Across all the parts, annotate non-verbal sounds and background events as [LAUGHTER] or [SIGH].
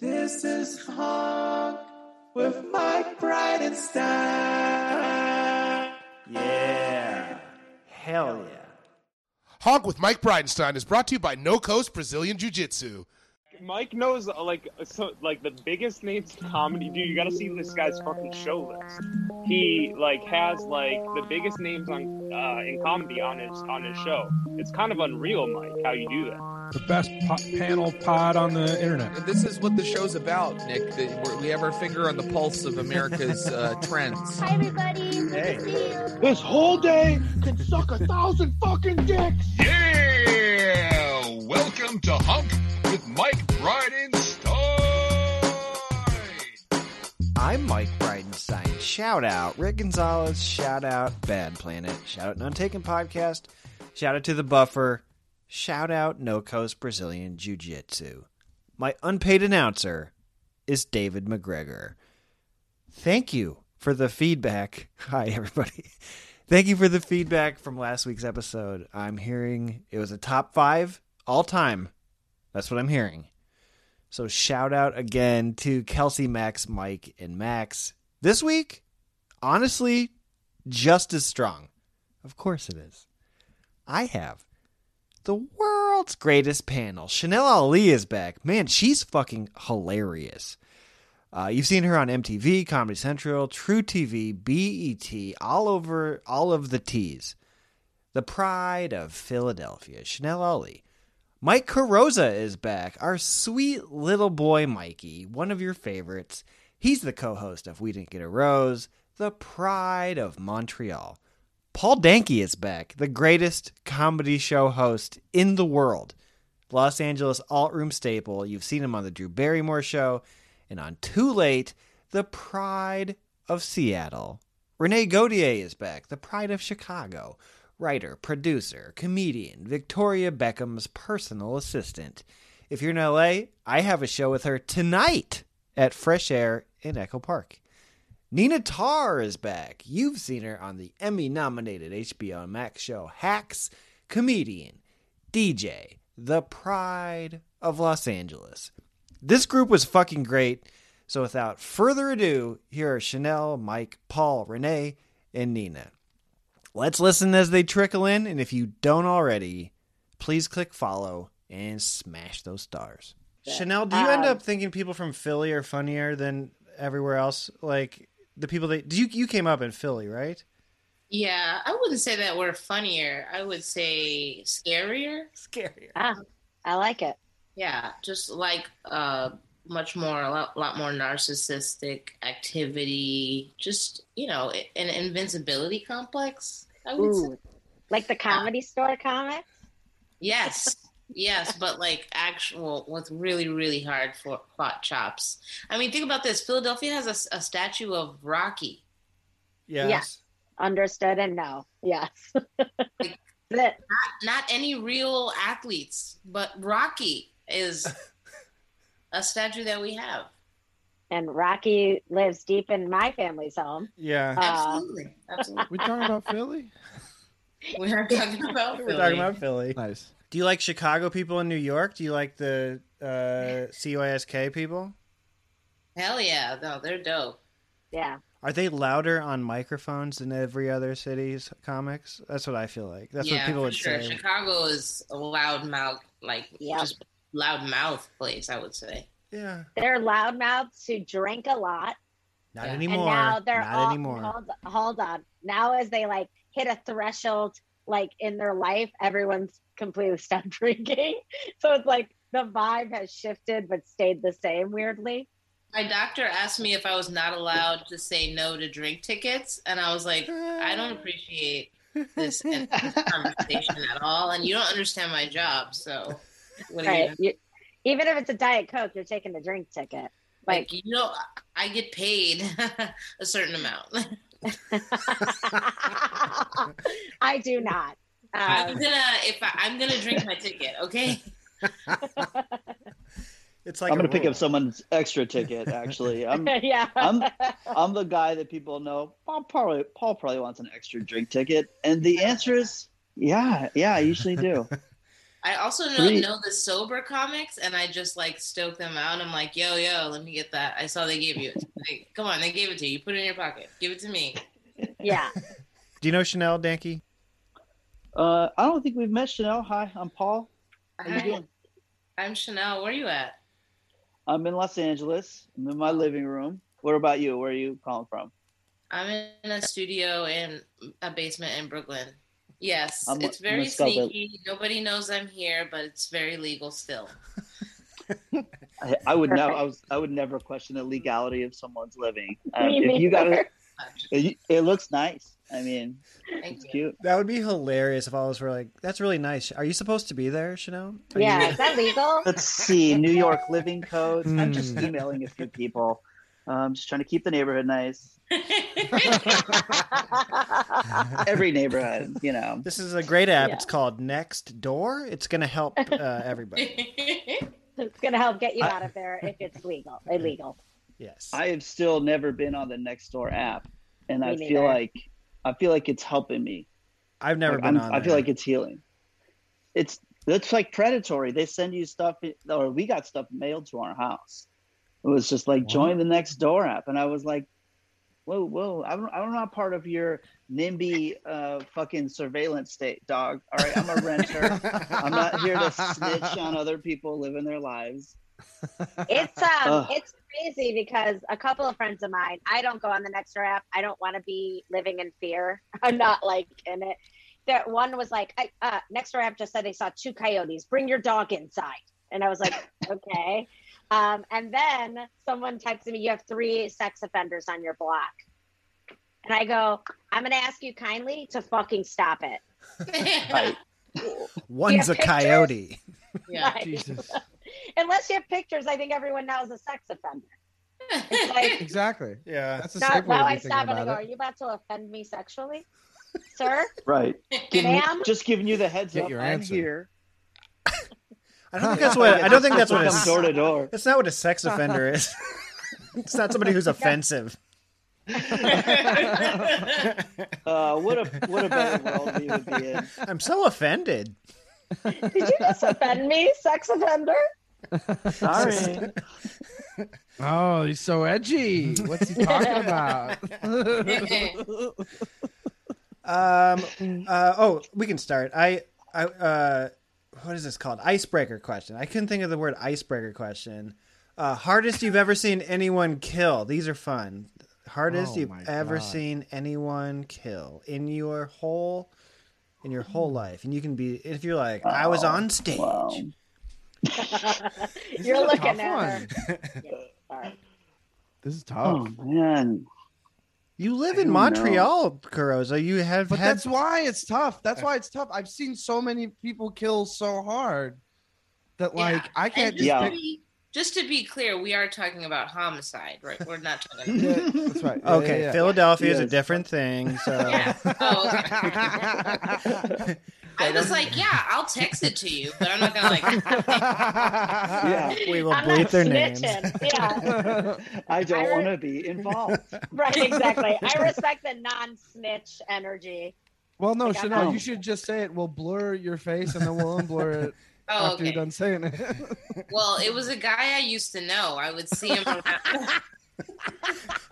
This is Honk with Mike Bridenstine. Yeah. Hell yeah. Honk with Mike Bridenstine is brought to you by No Coast Brazilian Jiu Jitsu. Mike knows like so, like the biggest names in comedy. Dude, you got to see this guy's fucking show list. He like has like the biggest names on uh, in comedy on his on his show. It's kind of unreal, Mike, how you do that. the best po- panel pod on the internet. This is what the show's about, Nick. That we're, we have our finger on the pulse of America's uh, trends. Hi, everybody. Good to see you. This whole day can suck a thousand fucking dicks. Yeah! Welcome to Hunk with Mike Bridenstine! I'm Mike Bridenstine. Shout out Rick Gonzalez. Shout out Bad Planet. Shout out Untaken Podcast. Shout out to The Buffer. Shout out No Coast Brazilian Jiu Jitsu. My unpaid announcer is David McGregor. Thank you for the feedback. [LAUGHS] Hi, everybody. Thank you for the feedback from last week's episode. I'm hearing it was a top five all time. That's what I'm hearing. So shout out again to Kelsey, Max, Mike, and Max. This week, honestly, just as strong. Of course it is. I have the world's greatest panel. Chanel Ali is back. Man, she's fucking hilarious. Uh, you've seen her on MTV, Comedy Central, True TV, BET, E all over all of the T's. The pride of Philadelphia, Chanel Ali. Mike Carosa is back. Our sweet little boy Mikey, one of your favorites. He's the co host of We Didn't Get a Rose, the pride of Montreal. Paul Danke is back, the greatest comedy show host in the world. Los Angeles alt room staple. You've seen him on The Drew Barrymore Show and on Too Late, the pride of Seattle. Renee Gaudier is back, the pride of Chicago. Writer, producer, comedian, Victoria Beckham's personal assistant. If you're in LA, I have a show with her tonight at Fresh Air in Echo Park. Nina Tarr is back. You've seen her on the Emmy nominated HBO Max show Hacks, comedian, DJ, the pride of Los Angeles. This group was fucking great. So without further ado, here are Chanel, Mike, Paul, Renee, and Nina. Let's listen as they trickle in, and if you don't already, please click follow and smash those stars. Chanel, do you end up thinking people from Philly are funnier than everywhere else? Like the people that you you came up in Philly, right? Yeah, I wouldn't say that we're funnier. I would say scarier. Scarier. Ah, I like it. Yeah, just like uh, much more, a lot, lot more narcissistic activity. Just you know, an invincibility complex. I would say. Ooh, like the comedy store comic. [LAUGHS] Yes, yes, but like actual with really, really hard for plot chops. I mean, think about this: Philadelphia has a s- a, statue of Rocky. Yes. Understood and no. Yes. That- Not any real athletes, but Rocky [LAUGHS] is a statue that we have. and Rocky lives deep in my family's home. Yeah. Uh, Absolutely, absolutely. We talking about Philly? We are talking [LAUGHS] about. We're talking about Philly. Nice. Do you like Chicago people in New York? Do you like the uh, CYSK people? Hell yeah, no, they're dope. yeah. Are they louder on microphones than every other city's comics? That's what I feel like. That's yeah, what people for would sure. say. Chicago is a loud mouth, like Yep. just loud mouth place. I would say. Yeah. They're loudmouths who drink a lot. Not Yeah. And anymore. And now they're Not all anymore. Hold, hold on. Now as they like hit a threshold like in their life, everyone's completely [LAUGHS] stopped drinking. So it's like the vibe has shifted but stayed the same weirdly. My doctor asked me if I was not allowed to say no to drink tickets, and I was like, I Uh. don't appreciate [LAUGHS] this in- conversation at all, and you don't understand my job. So, what are you Right. You, even if it's a diet coke, you're taking a drink ticket. like? You know, I get paid [LAUGHS] a certain amount. I do not. I'm Um, [LAUGHS] gonna if I, I'm gonna drink my ticket, okay? It's like I'm going a to pick rule. up someone's extra ticket, [LAUGHS] actually. I'm, [LAUGHS] yeah. I'm- I'm the guy that people know. Paul probably, Paul [LAUGHS] probably wants an extra drink ticket. And the answer is, yeah, yeah, I usually do. [LAUGHS] I also don't know the sober comics, and I just like stoke them out. I'm like, yo, yo, let me get that. I saw they gave you it. They- come on, they gave it to you. You put it in your pocket. Give it to me. [LAUGHS] Yeah. [LAUGHS] Do you know Chanel Danke? Uh, I don't think we've met Chanel. Hi, [LAUGHS] I'm Paul. How you Hi. doing? I'm Chanel. Where are you at? I'm in Los Angeles. I'm in my living room. What about you? Where are you calling from? I'm in a studio in a basement in Brooklyn. Yes, I'm- it's I'm very gonna stop it. sneaky. Nobody knows I'm here, but it's very legal still. I, I would never. Perfect. I was. I would never question the legality of someone's [LAUGHS] living. Um, Me if you got neither. it, you- it looks nice. I mean, Thank it's cute. That would be hilarious if all of us were like, "That's really nice." Are you supposed to be there, Chanel? Are you- Yeah. Is that legal? [LAUGHS] Let's see. New York [LAUGHS] living codes. I'm just Hmm. emailing a few people. I'm just trying to keep the neighborhood nice. Every neighborhood, you know. This is a great app. Yeah. It's called Next Door. It's going to help uh, [LAUGHS] everybody. it's gonna help get you out of there if it's legal. Illegal. Yes. I have still never been on the Nextdoor app, and Me I neither. feel like I feel like it's helping me. I've never Like, been I'm- on. I feel there. like it's healing. It's that's like predatory. They send you stuff, or we got stuff mailed to our house. It was just like join the next door app, and I was like, "Whoa, whoa! I'm I'm not part of your NIMBY uh, fucking surveillance state, dog. All right, I'm a renter. I'm not here to snitch on other people living their lives. It's um Ugh. it's crazy because a couple of friends of mine, I don't go on the next app. I don't want to be living in fear. [LAUGHS] I'm not like in it. That one was like, I, uh, next door app just said they saw two coyotes. Bring your dog inside. And I was [LAUGHS] like, okay. Um, and then someone texted me, you have three sex offenders on your block. And I go, I'm going to ask you kindly to fucking stop it. Right. One's a pictures? coyote. yeah. [LAUGHS] Like, Jesus. Unless you have pictures, I think everyone now is a sex offender. It's like, Exactly. Yeah. That's a Now, safe way now to I be stop and thinking I go, about "Are it. you about to offend me sexually, sir?" [LAUGHS] Right. Give me- Ma'am? [LAUGHS] just giving you the heads Get up. your I'm answer. here. I don't think that's what. I don't think that's what. Come door A, to door. that's not what [LAUGHS] a sex offender is. [LAUGHS] it's not somebody who's offensive. Uh, what a what a better world we would be [LAUGHS] in. I'm so offended. Did you just offend me, sex offender? [LAUGHS] [LAUGHS] Sorry. Oh, he's so edgy. [LAUGHS] What's he talking about? Um. Uh, oh, we can start. I. I. Uh, what is this called? Icebreaker question. I couldn't think of the word icebreaker question. Uh, hardest you've ever seen anyone kill. These are fun. Hardest Oh you've my ever God. seen anyone kill in your whole in your whole life, and you can be if you're like I was Oh, on stage. wow. This You're is a looking tough at [LAUGHS] her. one. Yeah, sorry. This is Oh tough. man. You live I don't in know. Montreal, Carozo. You have But had that's why it's tough. That's why it's tough. I've seen so many people kill so hard that like Yeah. I can't And just just, Yeah. to be, just to be clear, we are talking about homicide, right? We're not [LAUGHS] talking about. pick. Yeah, [LAUGHS] that's right. Yeah, okay. yeah, Philadelphia is a Yes. different thing. So [LAUGHS] Yeah. Oh, okay. yeah. I was like, yeah, I'll text it to you, but I'm not gonna [LAUGHS] like. Yeah. we will I'm bleep not their names. snitching. Yeah, [LAUGHS] I don't I re- want to be involved. [LAUGHS] right. Exactly. I respect the non-snitch energy. well, no, Like, I'm Chanel, not- you should just say it. We'll blur your face and then [LAUGHS] we'll unblur it Oh, after you're okay. done saying it. Well, it was a guy I used to know. I would see him. around- I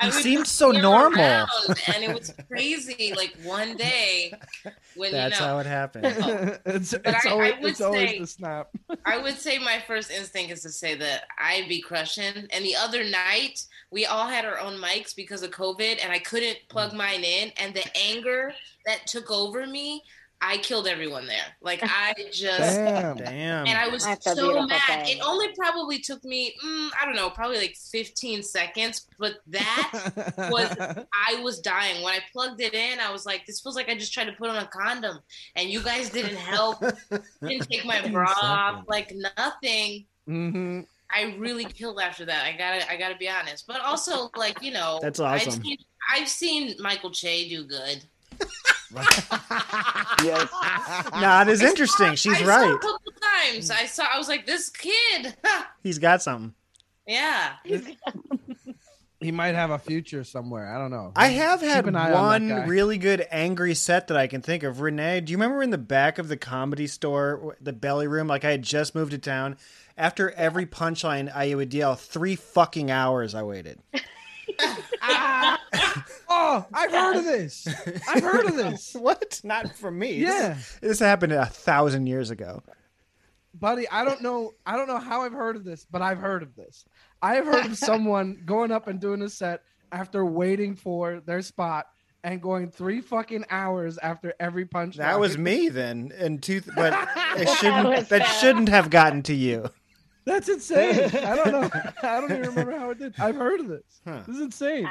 He would seemed so see him normal. around, and it [LAUGHS] was crazy. Like one day, when That's you know, how it happened. [LAUGHS] it's I- it's I always, would it's always say- the snap. [LAUGHS] I would say my first instinct is to say that I'd be crushing. And the other night, we all had our own mics because of COVID, and I couldn't plug mine in. And the anger that took over me, I killed everyone there. Like I just. Damn. Damn. and I was That's a so beautiful mad. thing. It only probably took me, mm, I don't know, probably like 15 seconds, but that [LAUGHS] was- I was dying. When I plugged it in, I was like, this feels like I just tried to put on a condom, and you guys didn't [LAUGHS] help, didn't take my bra off, like nothing. hmm I really killed after that. I gotta, I gotta be honest. But also, like you know, That's I've awesome. seen, I've seen Michael Che do good. Yes. Nah, it is I saw- interesting. She's I saw right. a couple times, I saw. I was like, this kid. [LAUGHS] He's got something. yeah. He might have a future somewhere. I don't know. I have had Keep an eye on that one guy. really good angry set that I can think of. Renee, do you remember in the back of the comedy store, w- the belly room? Like I had just moved to town. After every punchline, I would yell three fucking hours. I waited. [LAUGHS] Oh, I've heard [LAUGHS] of this. I've heard of this. what? Not from me. Yeah, [LAUGHS] This happened a thousand years ago. buddy. I don't know. I don't know how I've heard of this, but I've heard of this. I've heard of [LAUGHS] someone going up and doing a set after waiting for their spot and going three fucking hours after every punch. That was me then, and two. But it That shouldn't. was That bad. shouldn't have gotten to you. That's insane. I don't [LAUGHS] know. I don't even remember how it did. I've heard of this. This is insane.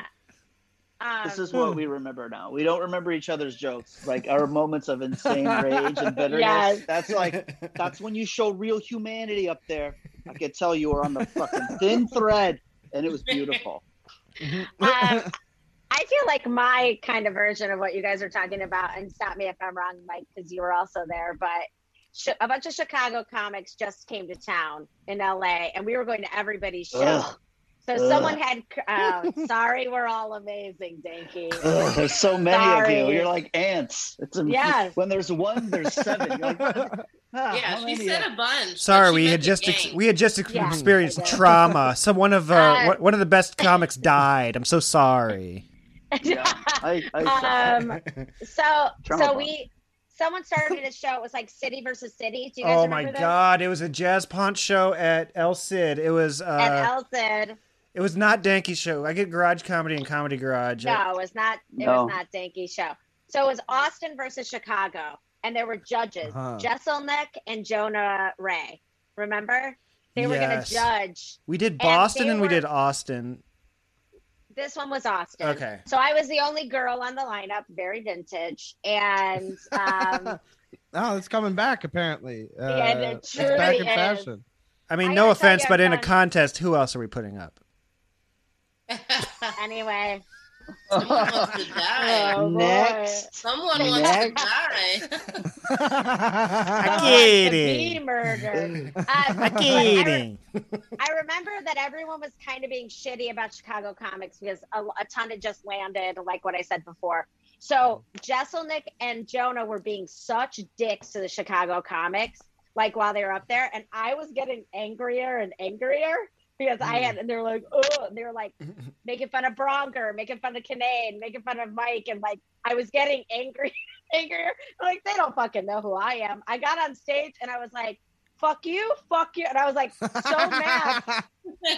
this Um, is what we remember now. We don't remember each other's jokes, like our moments [LAUGHS] of insane rage and bitterness. Yes. That's like that's when you show real humanity up there. I could tell you were on the fucking thin thread, and it was beautiful. [LAUGHS] um, I feel like my kind of version of what you guys are talking about, and stop me if I'm wrong, Mike, because you were also there, but sh- a bunch of Chicago comics just came to town in LA, and we were going to everybody's show. Ugh. So Ugh. someone had, um, sorry, we're all amazing, Danky. Ugh, there's so many of you. Sorry. You're like ants. It's a, Yes. When there's one, there's seven. You're like, [LAUGHS] [LAUGHS] yeah, she said a bunch. Sorry, we had just ex- we had just ex- Yeah. experienced trauma. So one of uh, Uh, one- one of the best comics died. I'm so sorry. I, [LAUGHS] um, so, Trauma so we, someone started a show. It was like City versus City. Do you guys Oh remember my this? god, it was a jazz pont show at El Cid. It was uh, and El Cid. it was not Danky show. I get Garage Comedy and Comedy Garage. No, it was not. It No. was not Danky show. So it was Austin versus Chicago, and there were judges: Uh-huh. Jesselnick and Jonah Ray. Remember, they were going Yes. to judge. We did And Boston they and, we were- did Austin. This one was Austin. Okay. So I was the only girl on the lineup, very vintage, and um, Oh, it's coming back apparently. Uh, Yeah, it it's truly back in is. fashion. I mean, I no gotta tell offense, you, but in a John- contest, who else are we putting up? [LAUGHS] anyway. Someone wants to die. Oh, boy. Next. Someone wants to die. I Oh, get to be it. [LAUGHS] murdered. Uh, I but get re- it. I remember that everyone was kind of being shitty about Chicago comics because a, a ton had just landed, like what I said before. So Jesselnick and Jonah were being such dicks to the Chicago comics, like while they were up there, and I was getting angrier and angrier because I had, and they were like, oh, and they were like making fun of Bronker, making fun of Kinane, making fun of Mike, and like I was getting angry, [LAUGHS] angrier. Like they don't fucking know who I am. I got on stage and I was like, "Fuck you, fuck you," and I was like so mad. But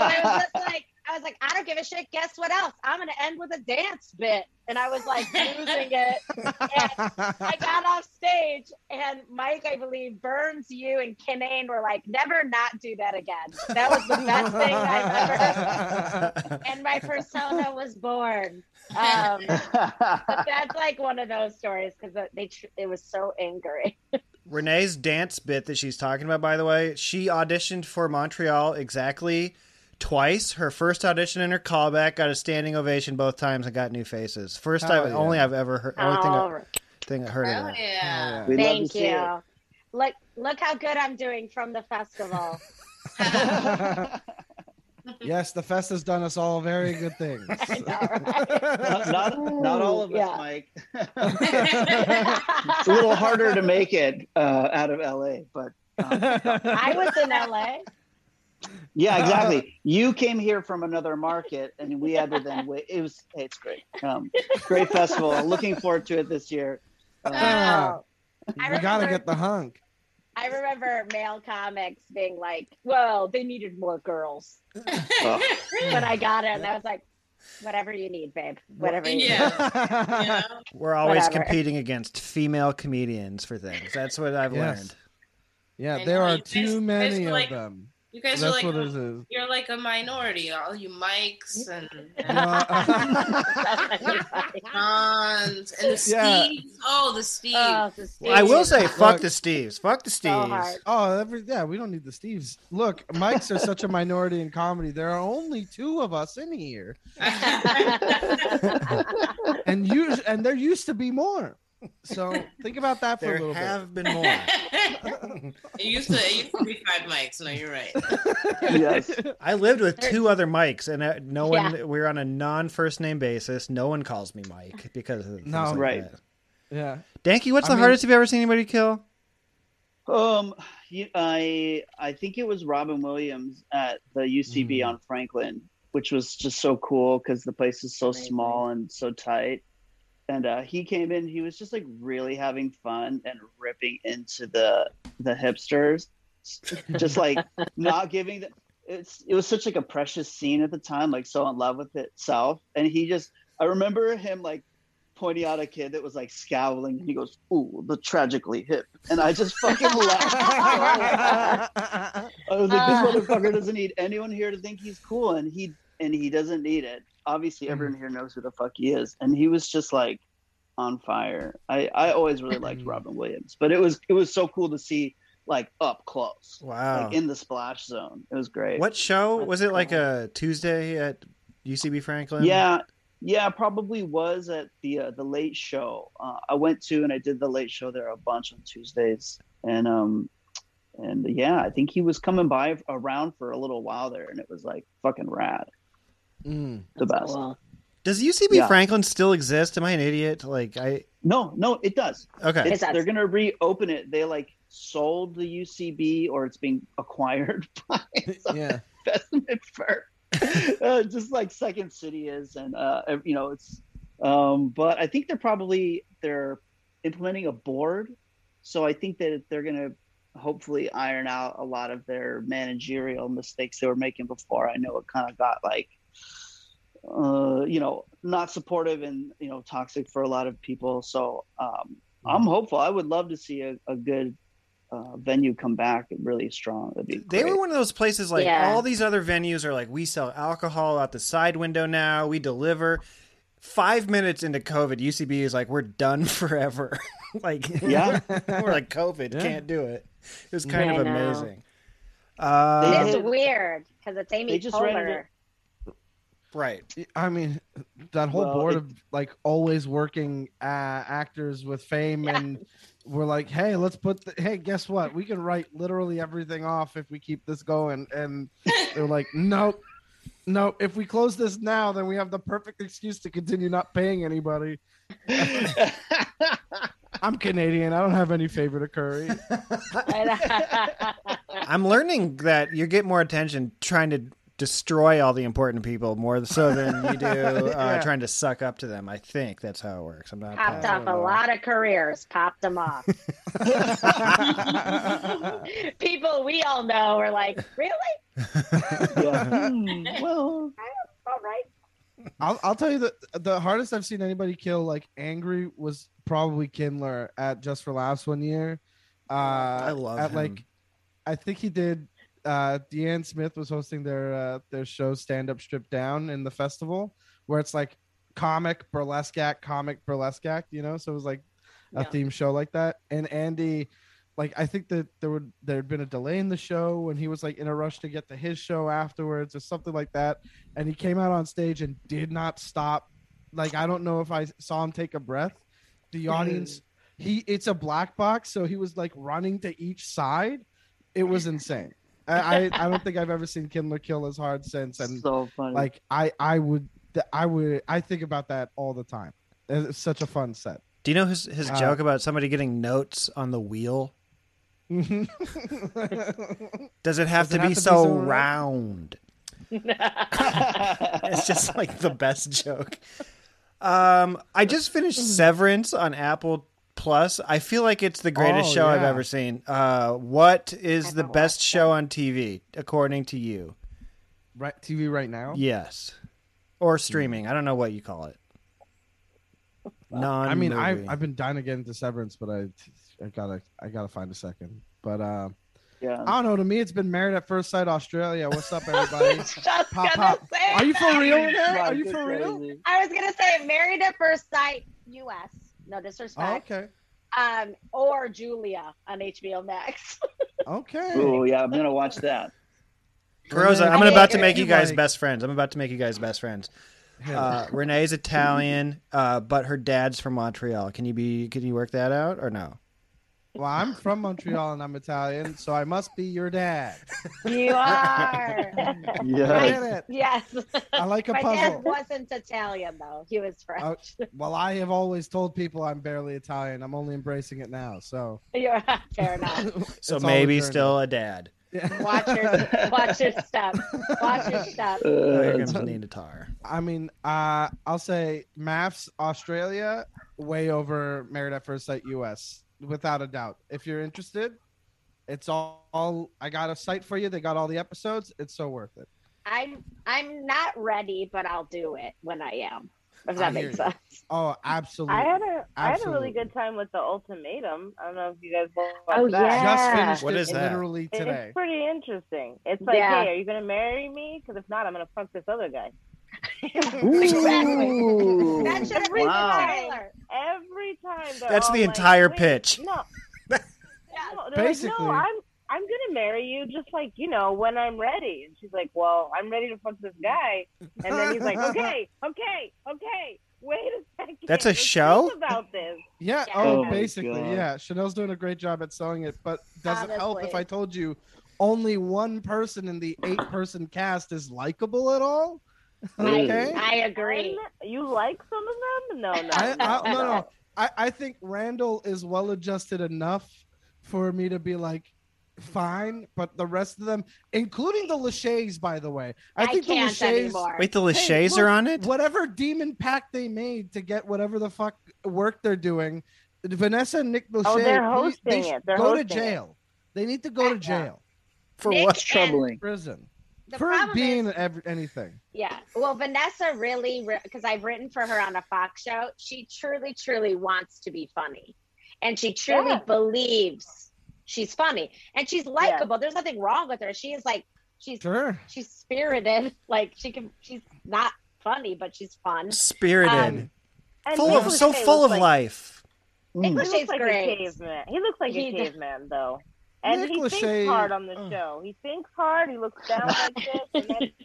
I was just like, I was like, I don't give a shit. Guess what else? I'm gonna end with a dance bit, and I was like losing it. And I got off stage, and Mike, I believe, Burns, you, and Kinane were like, "Never not do that again." That was the best thing I've ever Uh, and my persona was born. Um, but that's like one of those stories because they tr- it was so angry. [LAUGHS] Renee's dance bit that she's talking about, by the way, she auditioned for Montreal exactly twice. Her first audition and her callback got a standing ovation both times and got new faces. First, Hell I yeah. only I've ever heard. Only thing, I, Oh. thing I heard of that. yeah. We'd love to Thank see you. Look, look how good I'm doing from the festival. yes, the fest has done us all very good things. not, not, not all of us, Yeah. Mike. it's a little harder to make it uh, out of LA, but [LAUGHS] I was in LA. yeah, [LAUGHS] exactly. You came here from another market, and we had to then wait. It was hey, it's great, um, great festival. Looking forward to it this year. Um, Uh, I we Ah, gotta remember- get the hunk. I remember male comics being like, "Well, they needed more girls," Oh. but I got it, and I was like, "Whatever you need, babe. Whatever you need." We're always Whatever. competing against female comedians for things. That's what I've Yes. learned. Yeah, I there know, are you guys- you too guys many were of like- them. You guys That's are what like this is. you're like a minority. All you Mikes and [LAUGHS] Johns and the Yeah. Steves. Oh, the Steves. I will say, fuck the Steves. Fuck the Oh, Steves. every, yeah, we don't need the Steves. Look, mics are such a minority in comedy. There are only two of us in [LAUGHS] here, and you and there used to be more. So think about that for There a little have bit. been more. [LAUGHS] it used to it used to be five mics. No, you're [LAUGHS] right. I lived with two other Mikes, and uh, no one. Yeah. We are on a non first name basis. No one calls me Mike because of No. things like Right. that. Yeah. Danky, what's I the mean- hardest you've ever seen anybody kill? Um, you, I I think it was Robin Williams at the UCB on Franklin, which was just so cool because the place is so small and so tight. And uh, he came in, he was just like really having fun and ripping into the the hipsters, just like not giving the. It's it was such like a precious scene at the time, like so in love with itself. And he just, I remember him like pointing out a kid that was like scowling, and he goes, "Ooh, the tragically hip," and I just [LAUGHS] fucking laughed. I was like, "This Ah. motherfucker doesn't need anyone here to think he's cool, and he and he doesn't need it. Obviously, everyone here knows who the fuck he is, and he was just like on fire. I I always really liked Robin Williams, but it was it was so cool to see like up close, Wow. like in the splash zone. It was great. What show was it? Like a Tuesday at UCB Franklin? Yeah, yeah, probably was at the uh, the late show. Uh, I went to and I did the late show there a bunch on Tuesdays, and um, and yeah, I think he was coming by around for a little while there, and it was like fucking rad, the best. Mm. Does UCB Yeah. Franklin still exist? Am I an idiot? Like I No, no, it does. Okay. It's- they're gonna reopen it. They like sold the UCB or it's being acquired [LAUGHS] by some yeah. [LAUGHS] investment firm, [LAUGHS] uh, just like Second City is, and uh, ev- you know it's. Um, but I think they're probably they're implementing a board, so I think that they're gonna hopefully iron out a lot of their managerial mistakes they were making before. I know it kind of got like uh, you know, not supportive and you know toxic for a lot of people. So um, Mm-hmm. I'm hopeful. I would love to see a, a good uh, venue come back really strong. That'd be they great. were one of those places like Yeah. all these other venues are like we sell alcohol out the side window now, we deliver. Five minutes into COVID, UCB is like, we're done [LAUGHS] forever. [LAUGHS] [LAUGHS] like Yeah. we're like COVID, can't do it. It was kind Yeah, of I know. amazing. Uh, it is weird because it's Amy they just rented Poehler. Right. I mean, that whole Well, board it- of like always working uh, actors with fame, and we're like, hey, let's put. The, hey, guess what? We can write literally everything off if we keep this going. And they're like, nope, nope. If we close this now, then we have the perfect excuse to continue not [LAUGHS] paying anybody. I'm Canadian. I don't have any favor to curry. I'm learning that you get more attention trying to destroy all the important people more so than [LAUGHS] you do uh, Yeah. trying to suck up to them. I think that's how it works. I'm not Popped off positive. a lot of careers, popped them [LAUGHS] off. People we all know are like, really? well, all right. I'll, I'll tell you the the hardest I've seen anybody kill like angry was probably Kindler at Just for Laughs one year. Uh, I love at him. like I think he did. Uh, Deanne Smith was hosting their uh, their show Stand Up Strip Down in the festival, where it's like comic burlesque act, comic burlesque act. You know, so it was like a Yeah. theme show like that. And Andy, like I think that there would there had been a delay in the show, and he was like in a rush to get to his show afterwards or something like that. And he came out on stage and did not stop. Like I don't know if I saw him take a breath. Mm. The audience, he it's a black box, so he was like running to each side. It was insane. I, I, I don't think I've ever seen Kindler kill as hard since. And so funny. like I I would I would I think about that all the time. It's such a fun set. Do you know his, his Uh, joke about somebody getting notes on [LAUGHS] the wheel? Does Does it it have, to, be have to be so so [LAUGHS] round? it's just like the best joke. Um, I just finished Severance on Apple Plus. I feel like it's the greatest Oh, show I've yeah. ever seen. Uh, what is the best show on TV according to you? Right, TV right now. Yes, or streaming. I don't know what you call it. Non. I mean, movie. I've I've been dying to get into Severance, but I I gotta I gotta find a second. But uh, yeah, I don't know. To me, it's been Married at First Sight Australia. What's [LAUGHS] up, everybody? Just Pop, gonna pop. say Are you for that. [LAUGHS] [LAUGHS] real, Nat? Are you for real? I was gonna say married at first sight, U.S. No Oh, disrespect. okay. Um, or Julia on HBO Max. Okay. Oh yeah, I'm gonna watch that. Rosa, I I'm didn't about to get make you, eh, you guys Mike. best friends. I'm about to make you guys best friends. Uh, Renee's Italian, uh, but her dad's from Montreal. Can you be? Can you work that out or no? Well, I'm from Montreal and I'm Italian, so I must be your dad. [LAUGHS] You are. [LAUGHS] Yes. Yes. I like a My puzzle. dad wasn't Italian though; he was French. [LAUGHS] Uh, well, I have always told people I'm barely Italian. I'm only embracing it now. So, You're [LAUGHS] fair [LAUGHS] enough. So It's all a maybe journey. still a dad. Watch your watch your step. Watch your [LAUGHS] step. Here comes Nina Tar. I mean, uh, I'll say maths Australia way over Married at First Sight US without a doubt. If you're interested, it's all, all I got a site for you. They got all the episodes. It's so worth it. I'm I'm not ready, but I'll do it when I am. If I that hear makes you. sense. Oh, absolutely. I had a I had a really Absolutely. good time with the ultimatum. I don't know if you guys watched Oh, that. Just finished What it is that? literally It- today. It's pretty interesting. It's like, Yeah. hey, are you gonna marry me? Because if not, I'm gonna fuck this other guy. Exactly. That should have been Wow. the trailer. Every time. they're That's all the like, entire "Wait, pitch. No. [LAUGHS] no they're Like, Basically. no, I'm I'm gonna marry you just like you know when I'm ready. And she's like, well, I'm ready to fuck this guy. And then he's [LAUGHS] like, okay, okay, okay. Wait a second. That's a let's show? think about this. Yeah. Yeah. Oh Oh, my basically, God. yeah. Chanel's doing a great job at selling it, but does it help if Honestly. I told you only one person in the eight-person cast is likable at all? [LAUGHS] okay. I agree. you like some of them? No, no. Mm. [LAUGHS] I, no, I, no, no. I, I think Randall is well adjusted enough for me to be like, fine. But the rest of them, including the Lachey's, by the way, I, I think can't the Lachey's. anymore. Wait, the Lachey's look, are on it? Whatever demon pact they made to get whatever the fuck work they're doing, Vanessa and Nick Lachey. Oh, they're please- they hosting should it. They're go to hosting it. jail. They need to go to jail For Nick what? It's troubling. Prison. The For problem being ev- anything. Yeah. Well, Vanessa really, because I've written for her on a Fox show, she truly, truly wants to be funny. And she truly Yeah. believes she's funny. And she's likable. There's nothing wrong with her. She is like, she's Sure. she's spirited. [LAUGHS] Like, she can, she's not funny, but she's fun. Spirited, Um, And full of Nick so Lachey full was of like- life. Mm. He looks Lachey's like great. a caveman. He looks like He a does. caveman, though. And Nick Oh. he Lachey- thinks hard on the show. He thinks hard. He looks down like this. And that's, [LAUGHS]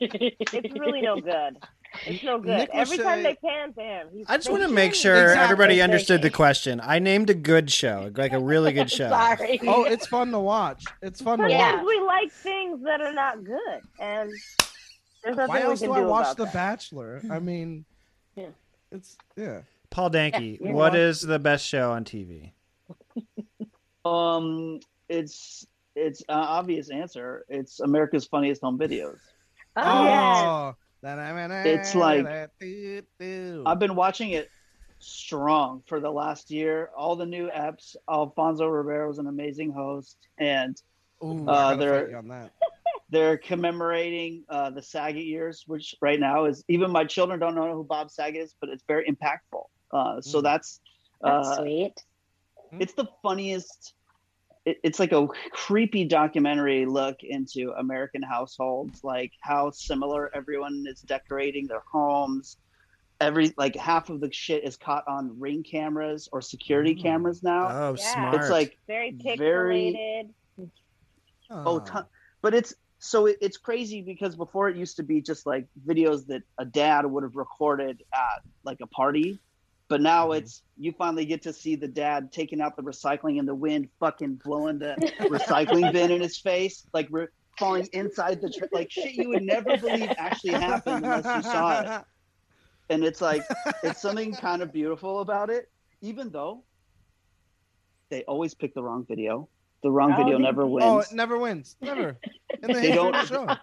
it's really no good. It's no good. Nick Every Lachey- time they pan to him, he's I just want to thinking. make sure Exactly. everybody [LAUGHS] understood the question. I named a good show, like a really good show. Sorry. Oh, it's fun to watch. It's fun to Yeah. watch. Sometimes we like things that are not good, and there's nothing Why we else can do do I watch about The that. Bachelor? I mean, Yeah. it's yeah. Paul Danke, Yeah. what is the best show on TV? Um, it's it's uh, obvious answer. It's America's Funniest Home Videos. Oh, It's like- I've been watching it strong for the last year. All the new apps. Alfonso Ribeiro is an amazing host, and Ooh, Uh, I gotta there- fight you on that. they're commemorating uh, the Saget years, which right now is even my children don't know who Bob Saget is, but it's very impactful. Uh, so Mm. that's, that's uh, sweet. Hmm. it's the funniest. It, it's like a creepy documentary look into American households, like how similar everyone is decorating their homes. Every like half of the shit is caught on ring cameras or security cameras now. Oh, Yeah. smart. It's like Very pixelated. Very- Oh. oh ton- but it's so it, it's crazy because before it used to be just like videos that a dad would have recorded at like a party but now Mm-hmm. it's you finally get to see the dad taking out the recycling in the wind fucking blowing the recycling bin in his face like re- falling inside the tr- like shit you would never believe [LAUGHS] actually happened unless you saw it and it's like it's something kind of beautiful about it even though they always pick the wrong video the wrong Oh, video they- never wins Oh, it never wins. Never. In the They history of don't- the show.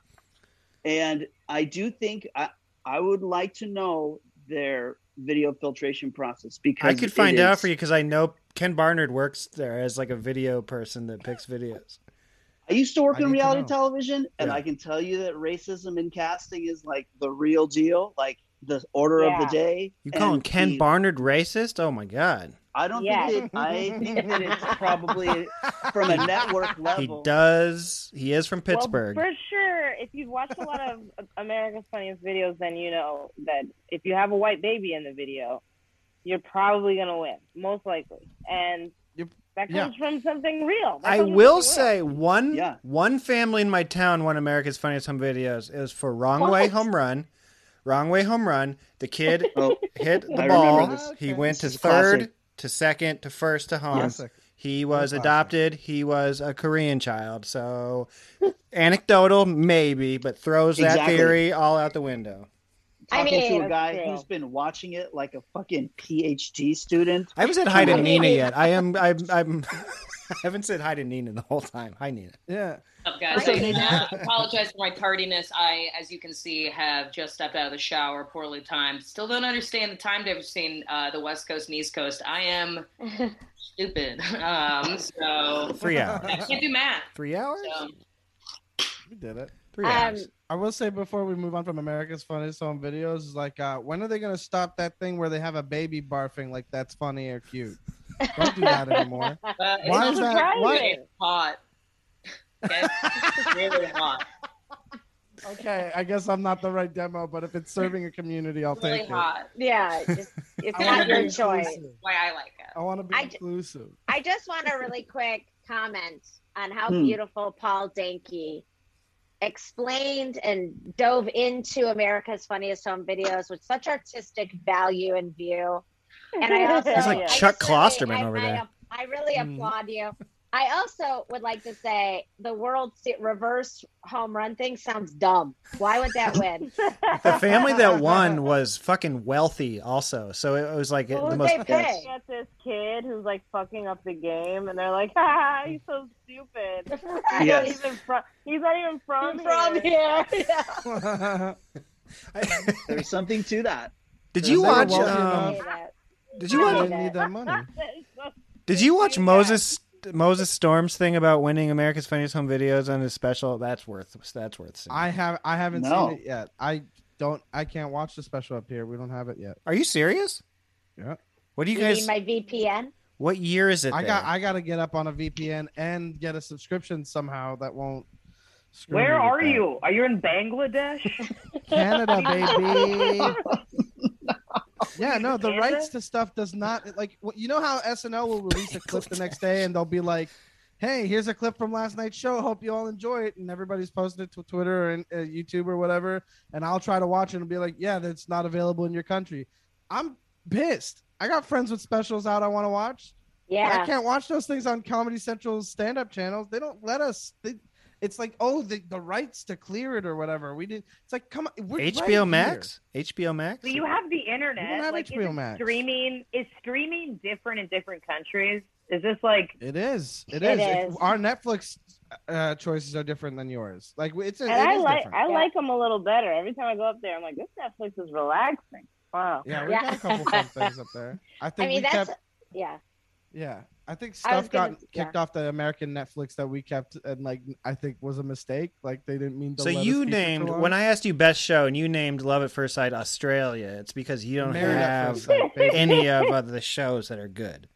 and I do think I I would like to know their video filtration process because I could it find out is- for you because I know Ken Barnard works there as like a video person that picks videos. I used to work I in need to reality know. television, and Yeah. I can tell you that racism in casting is like the real deal, like the order of the Yeah. day. You calling and Ken the- Barnard racist? Oh my god, I don't Yeah. think it, I think that it's [LAUGHS] probably from a network he level. does. He is from Pittsburgh. Well, for sure, if you've watched a lot of [LAUGHS] America's Funniest Videos, then you know that if you have a white baby in the video, you're probably going to win, most likely. And Yep. that Yeah. comes from something real. That I comes from will something say real. one Yeah. one family in my town won America's Funniest Home Videos. It was for Wrong What? Way Home Run. Wrong way home run. [LAUGHS] The kid hit the Oh, I remember ball. this. He went This to is classic. third, to second, to first, to home. Classic. He was Classic. adopted. He was a Korean child. So [LAUGHS] anecdotal, maybe, but throws that Exactly. theory all out the window. Talking mean, to a guy that's true. who's been watching it like a fucking PhD student. I haven't said hi to Nina [LAUGHS] yet. I [LAUGHS] am. I'm. I'm I haven't said hi to Nina the whole time. Hi, Nina. Yeah. What's up, guys? What's up, I Nina? uh, apologize for my tardiness. I, as you can see, have just stepped out of the shower, poorly timed. Still don't understand the time difference between uh, the West Coast and East Coast. I am stupid. [LAUGHS] Um, so Three hours. I can't do math. Three hours. So, You did it. Three hours. I will say before we move on from America's Funniest Home Videos is like, uh, when are they going to stop that thing where they have a baby barfing like that's funny or cute? Don't do that [LAUGHS] anymore. uh, Why it's is that- why- really hot? [LAUGHS] Okay? It's really hot. Okay, I guess I'm not the right demo, but if it's serving a community, I'll Really take hot. it. Yeah, just- it's not your choice. Why I like it. I want to be inclusive. I just want to really quick comment on how Hmm. beautiful Paul Danke explained and dove into America's Funniest Home Videos with such artistic value and view. And I also, He's like I Chuck just really- I- Klosterman over I, there. I really Hmm. applaud you. I also would like to say the World Se- reverse home run thing sounds dumb. Why would that [LAUGHS] win? The family that won was fucking wealthy, also. So it was like the Who'd most. they pick? At this kid who's like fucking up the game, and they're like, [LAUGHS] "Ah, he's so stupid. He's not Yes. even from. He's not even from From [LAUGHS] here. There's something to that. Did you They were watch? wealthy Um, enough. did you watch? need that money. Did you watch Moses Moses Storm's thing about winning America's Funniest Home Videos on his special? That's worth that's worth seeing. I have I haven't No. seen it yet. I don't I can't watch the special up here. We don't have it yet. Are you serious? Yeah. What do you, You need guys? my VPN? what year is it? I there? got I got to get up on a VPN and get a subscription somehow that won't screw Where me with are that. you? Are you in Bangladesh? [LAUGHS] Canada, baby. yeah, no, the rights to stuff does not like well, you know how SNL will release a clip the next day and they'll be like, "Hey, here's a clip from last night's show. Hope you all enjoy it." And everybody's posting it to Twitter and uh, YouTube or whatever, and I'll try to watch it and be like, "Yeah, that's not available in your country." I'm pissed. I got friends with specials out I want to watch. Yeah. I can't watch those things on Comedy Central's stand-up channels. They don't let us. They, it's like, oh, the, the rights to clear it or whatever. We didn't. It's like, come on, we're right HBO here. Max. HBO Max. But you have the internet. You don't have like, HBO is Max. Streaming is streaming different in different countries. Is this like It is. It is. It It- is. Our Netflix uh, choices are different than yours. Like it's. And it I is like different. I like them a little better. Every time I go up there, I'm like, this Netflix is relaxing. Wow. Yeah, we got a couple fun things up there. I I think mean, we that's kept. yeah. Yeah, I think I was stuff gonna- got kicked yeah. off the American Netflix that we kept, and like I think was a mistake. Like they didn't mean to. So let us keep it you too named long. when I asked you best show and you named Love at First Sight Australia. It's because you don't Married at have First Sight, baby. any of other- the shows that are good.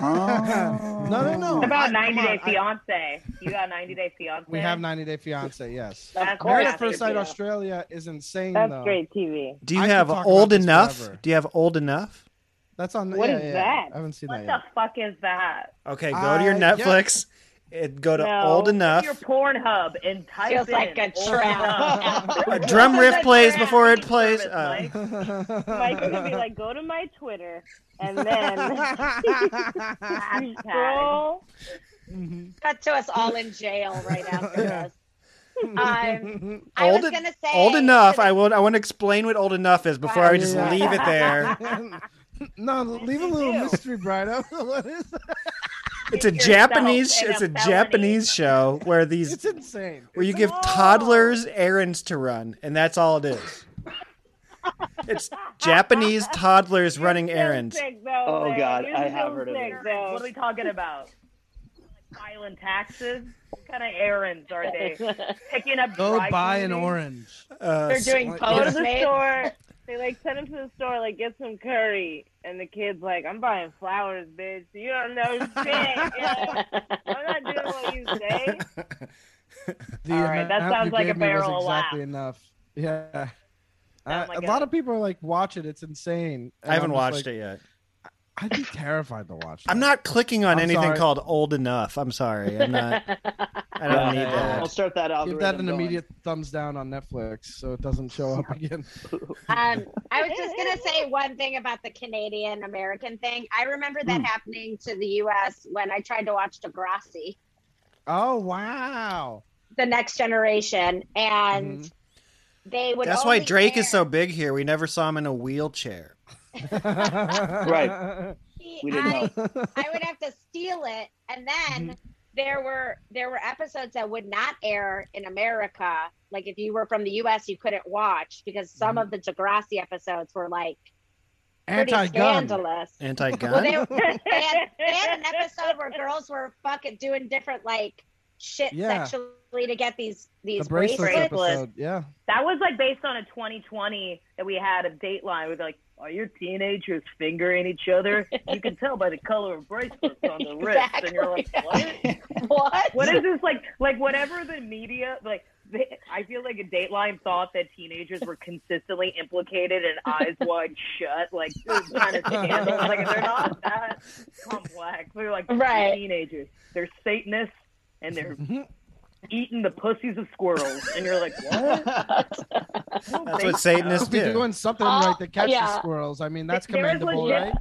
Oh. [LAUGHS] no, no, no. What about I- 90 come Day on, I- Fiance? You got 90 Day Fiance. We have 90 Day Fiance, yes. Of course. Married at First Sight Yeah. Australia is insane. That's though. great TV. Do you I could have talk old about this enough? forever. Do you have old enough? That's on. What yeah, is yeah, that? I haven't seen that What the yet. fuck is that? Okay, go to your Uh, yeah. Netflix. It, go to No, old go to enough. Your Pornhub and type Feels in like a [LAUGHS] old trap. enough. A drum riff plays before it plays. service, Uh, Mike's gonna be like, go to my Twitter and [LAUGHS] [LAUGHS] then [LAUGHS] scroll. Cut to us all in jail right [LAUGHS] after this. Um, [LAUGHS] I old, E- was gonna say old enough. I will. I want to explain what old enough is before I just Yeah. leave it [LAUGHS] there. no, leave a little mystery, Brian. [LAUGHS] what is that? It's a Yourself Japanese. and a It's a felony. Japanese show where these It's insane. where you give toddlers errands to run, and that's all it is. it's Japanese toddlers running errands. Sick, though, Oh, man. God, You're I have so heard of sick, it. Though. What are we talking about? Like filing taxes? What kind of errands are [LAUGHS] they? Picking up Go dry buy an cleaning? orange. Uh, They're doing post Go to [LAUGHS] the store. They like send him to the store, like get some curry, and the kid's like, "I'm buying flowers, bitch. You [LAUGHS] don't know shit. Yeah. I'm not doing what you [LAUGHS] say." [LAUGHS] [LAUGHS] The All right, that amount sounds you like a gave me was barrel of laugh. exactly enough. Yeah. Uh, my a lot of people are like, watch it. It's insane. I haven't watched it it yet. I'd be terrified to watch. I'm not clicking on I'm anything sorry. called old enough. I'm sorry. [LAUGHS] I'm not. I don't need that. I'll start that Give algorithm. that an going. immediate thumbs down on Netflix so it doesn't show [LAUGHS] up again. Um, I was just gonna say one thing about the Canadian American thing. I remember Hmm. that happening to the U.S. when I tried to watch Degrassi, oh wow! The Next Generation, and they would. Mm-hmm. That's why only Drake air- is so big here. We never saw him in a wheelchair. right. We didn't I, know. I would have to steal it, and then Mm-hmm. there were there were episodes that would not air in America. Like if you were from the U.S., you couldn't watch because some Mm-hmm. of the Degrassi episodes were like pretty Anti-gun. scandalous. Anti-gun? Well, they, they, had, they [LAUGHS] had an episode where girls were fucking doing different like shit Yeah. sexually to get these The these bracelets bracelets. episode, yeah. That was like based on a 2020 that we had a Dateline with like, are your teenagers fingering each other? You can tell by the color of bracelets on the wrist, and you're [LAUGHS] like, what? what is this like? Like whatever the media like. They, I feel like a Dateline thought that teenagers were consistently implicated and eyes wide shut, like this kind of scandal. Like if they're not that complex. They're like they're Right. teenagers. They're Satanists and they're eating the pussies of squirrels. And you're like, what? [LAUGHS] That's what Satanists Be do. doing something Uh, right to catch yeah. the squirrels. I mean, that's There was commendable, legit- right?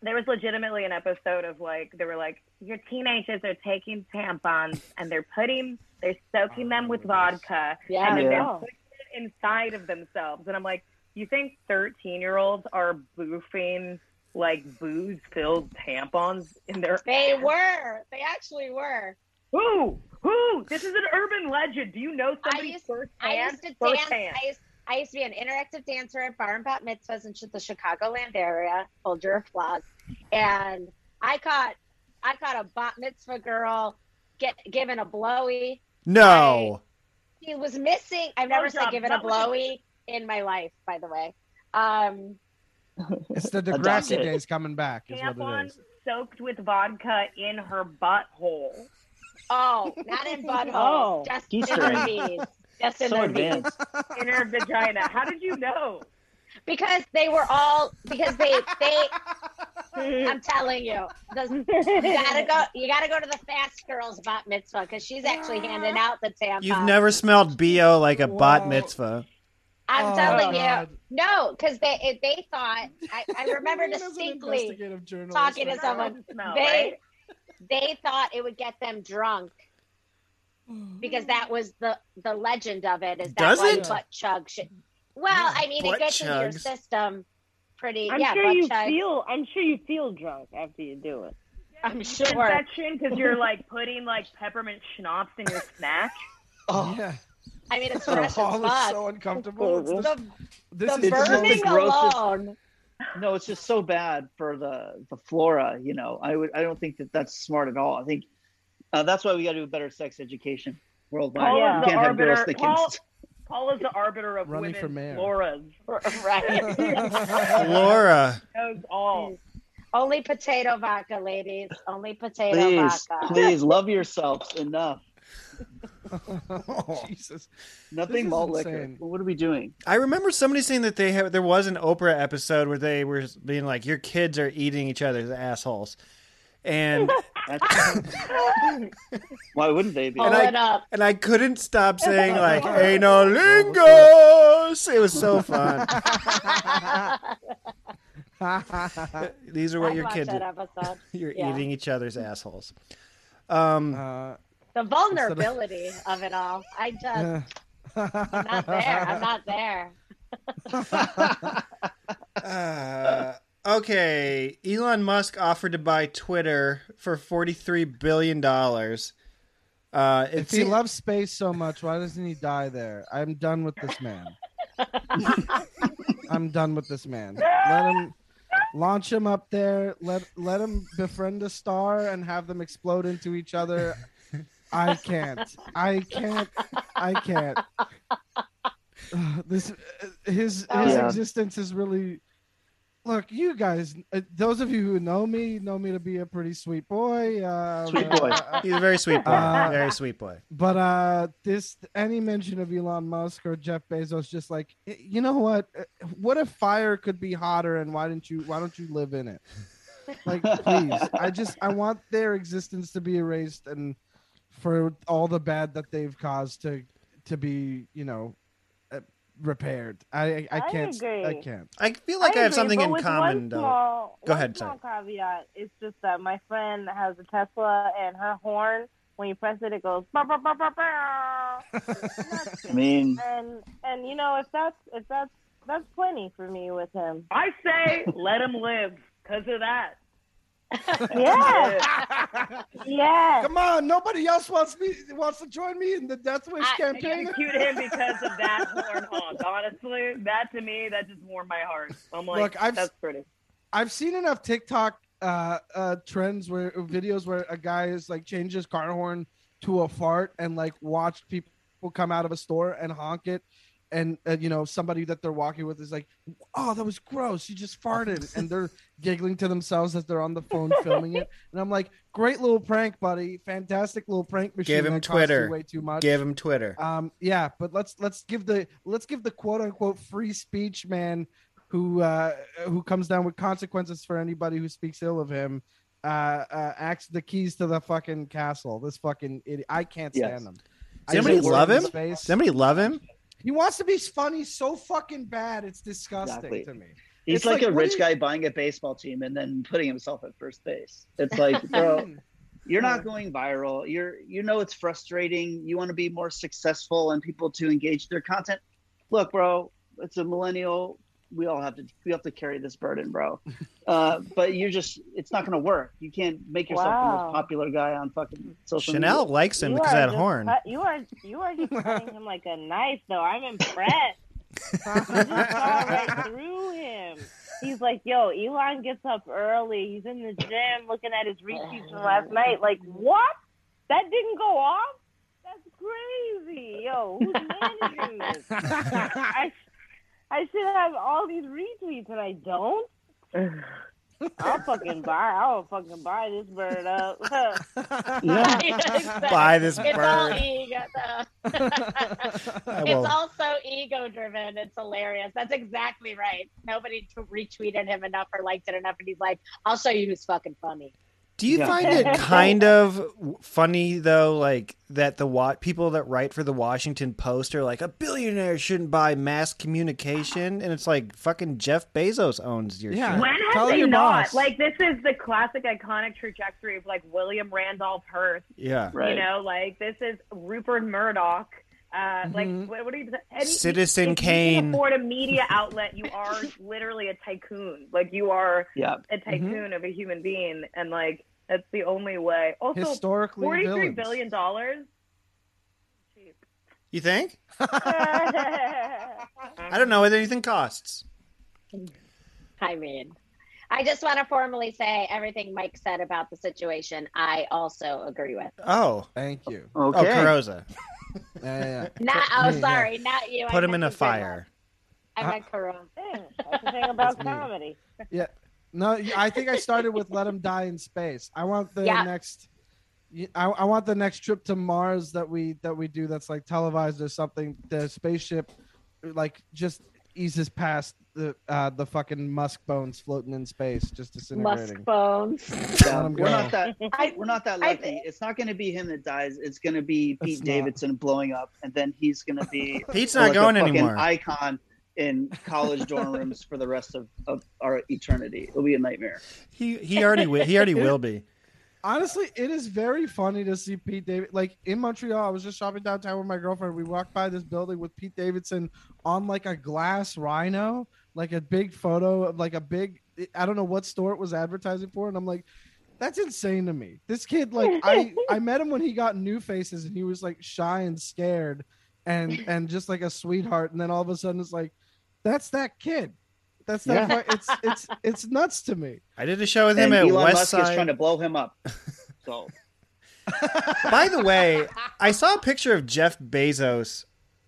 There was legitimately an episode of like they were like your teenagers are taking tampons and they're putting they're soaking them Oh, with vodka Yeah. and then Yeah. they're putting it inside of themselves and I'm like you think 13 year olds are boofing like booze filled tampons in their They were. They actually were. who who this is an urban legend do you know somebody I used, I firsthand used to dance. Firsthand. I used, I used to be an interactive dancer at bar and bat mitzvahs in the Chicagoland area. Hold your applause. And I caught, I caught a bat mitzvah girl get given a blowy. No. She was missing. I've never Blowjob. said given a That was a- blowy in my life, by the way. Um, It's [LAUGHS] the Adopt Degrassi it. days coming back, is what it tampon is. soaked with vodka in her butthole oh, not in buttholes. Oh. just in Geese their string. [LAUGHS] knees. Just in So their knees. advanced. in her vagina. How did you know? Because they were all because they they. I'm telling you, those- you gotta go. You gotta go to the fast girls bat mitzvah because she's actually handing out the tampons. You've never smelled bo like a bot mitzvah. I'm Oh, telling God. you, no, because they if they thought I, I remember That's an distinctly investigative journalist talking to right someone. there. Smell, they right? they thought it would get them drunk because that was the the legend of it. Is that Does why it? butt chug should? Well, I mean, Butt it gets into your chugs. system pretty. I'm yeah, sure butt you chugs. feel. I'm sure you feel drunk after you do it. I'm Infection [LAUGHS] because you're like putting like peppermint schnapps in your snack. Oh. Yeah. I mean, it's The fresh hall as is fuck. so uncomfortable. It's The- just- this the is just burning the grossest- alone. No, it's just so bad for the the flora. You know, I would I don't think that that's smart at all. I think uh, that's why we got to do better sex education worldwide. Paul you is the can't have girls arbiter. that can. Paul, Paul is the arbiter of Running for women's mayor. [LAUGHS] auras. Right. Laura. Knows all. Only potato vodka, ladies. Only potato Please, vodka. [LAUGHS] please love yourselves enough. Jesus, nothing Oh, is malt liquor. insane. What are we doing? I remember somebody saying that they have there was an Oprah episode where they were being like, "Your kids are eating each other's assholes," [LAUGHS] and [LAUGHS] why wouldn't they be? And Pull I, it up. and I couldn't [LAUGHS] stop saying like "analingos." It was so fun. [LAUGHS] These are what I'd your watch kids. that episode. [LAUGHS] You're Yeah. eating [LAUGHS] each other's assholes. Um, Uh, The vulnerability of it all. I just I'm [LAUGHS] [LAUGHS] not there. I'm not there. [LAUGHS] Uh, [LAUGHS] okay, Elon Musk offered to buy Twitter for forty-three billion dollars. Uh, If it's he loves space so much, why doesn't he die there? I'm done with this man. I'm done with this man. Let him launch him up there. Let let him befriend a star and have them explode into each other. I can't. I can't. I can't. Ugh, This his his Yeah. existence is really. Look, you guys. uh, Those of you who know me know me to be a pretty sweet boy. Uh, Sweet boy. He's a very sweet boy. Uh, very sweet boy. but uh, this any mention of Elon Musk or Jeff Bezos, just like "Y- you know what, Uh, what if fire could be hotter, and why didn't you? Why don't you live in it? Like, please, I just I want their existence to be erased and for all the bad that they've caused to to be you know uh, repaired. I I, I can't I agree. can't. I feel like I, have agree, something but in with common. One though. small, Go one ahead, Small sorry. caveat. It's just that my friend has a Tesla, and her horn, when you press it, it goes. "Bow, bow, bow, bow, [LAUGHS] bow." I mean, and and you know if that's if that's that's plenty for me with him. I [LAUGHS] say let him live because of that. Yeah. yeah. Come on, nobody else wants me wants to join me in the death wish campaign. [LAUGHS] [LAUGHS] execute him because of that horn honk. Honestly, that to me, that just warmed my heart. I'm like, Look, I've- that's pretty. I've seen enough TikTok uh, uh, trends where videos where a guy is like changed his car horn to a fart and like watched people come out of a store and honk it, and uh, you know somebody that they're walking with is like, "Oh, that was gross! You just [LAUGHS] farted," and they're giggling to themselves as they're on the phone filming it. And I'm like, "Great little prank, buddy! Fantastic little prank machine." Give him that costs you Twitter. Way too much. Give him Twitter. Um, yeah, but let's let's give the let's give the quote unquote free speech man who uh, who comes down with consequences for anybody who speaks ill of him uh, uh, acts the keys to the fucking castle. This fucking idiot. I can't stand Yes. him. I Does anybody just look love in him? his face. Does anybody love him? He wants to be funny so fucking bad. It's disgusting Exactly. to me. he's It's like, a what rich do you- guy buying a baseball team and then putting himself at first base. It's [LAUGHS] like, bro, you're not going viral. You're you know it's frustrating. You want to be more successful and people to engage their content. Look, bro, it's a millennial. We all have to we have to carry this burden, [LAUGHS] bro. Uh, but you're just it's not gonna work. You can't make yourself the Wow. most popular guy on fucking social Chanel media. likes him You because are of that just horn. cut- you are you are [LAUGHS] just cutting him like a knife, though. I'm impressed. [LAUGHS] you just saw right through him. He's like, yo, Elon gets up early. He's in the gym looking at his retweets [LAUGHS] from last night. Like, what? That didn't go off? That's crazy. Yo, who's [LAUGHS] managing this? I, I should have all these retweets and I don't? I'll fucking buy. I'll fucking buy this [LAUGHS] bird up. [LAUGHS] [LAUGHS] Yeah. Buy this it's All e- bird. ego, though. I will. it's also ego driven. It's hilarious. That's exactly right. Nobody t- retweeted him enough or liked it enough, and he's like, "I'll show you who's fucking funny." Do you Yeah. [LAUGHS] find [LAUGHS] it kind of w- funny though, like that the wa- people that write for the Washington Post are like a billionaire shouldn't buy mass communication, and it's like fucking Jeff Bezos owns your shit. When have they not? Like this is the classic iconic trajectory of like William Randolph Hearst. Yeah. You Right. know, like this is Rupert Murdoch. Uh, Mhm. Like what, what are you? and Citizen if You Kane. can afford a media outlet. You are literally a tycoon. Like you are Yeah. a Mm-hmm. tycoon of a human being, and like that's the only way. Also, Historically forty-three villains. billion dollars. you [LAUGHS] think? [LAUGHS] I I don't know what anything costs. I mean, I just want to formally say everything Mike said about the situation. I also agree with. Oh, thank you. Oh, Okay. Carosa, [LAUGHS] Not oh, sorry, not you. put I him in a meant to- fire. I meant [LAUGHS] Corona. That's the thing about comedy. Yeah. No, you- I think I started with "Let Him Die in Space." I want the Yeah. next. you- I, I want the next trip to Mars that we that we do that's like televised or something. The spaceship, like, just eases past the uh, the fucking musk bones floating in space, just disintegrating. Musk [LAUGHS] bones. Let 'em We're go. not that we're not that lucky. it's not going to be him that dies. It's going to be Pete Davidson blowing up, and then he's going to [LAUGHS] be Pete's not like going a fucking anymore. Icon in college dorm rooms for the rest of, of our eternity. It'll be a nightmare. He he already wi- he already will be. Honestly, it is very funny to see Pete David. Like in Montreal, I was just shopping downtown with my girlfriend. We walked by this building with Pete Davidson on like a glass rhino, like a big photo of like a big. I don't know what store it was advertising for, and I'm like, that's insane to me. This kid, like, [LAUGHS] I I met him when he got new faces, and he was like shy and scared, and and just like a sweetheart. And then all of a sudden, it's like, that's that kid. That's that. Yeah. fu- [LAUGHS] It's it's it's nuts to me. I did a show with him And at Elon West Musk is Side- trying to blow him up. So By the way, I saw a picture of Jeff Bezos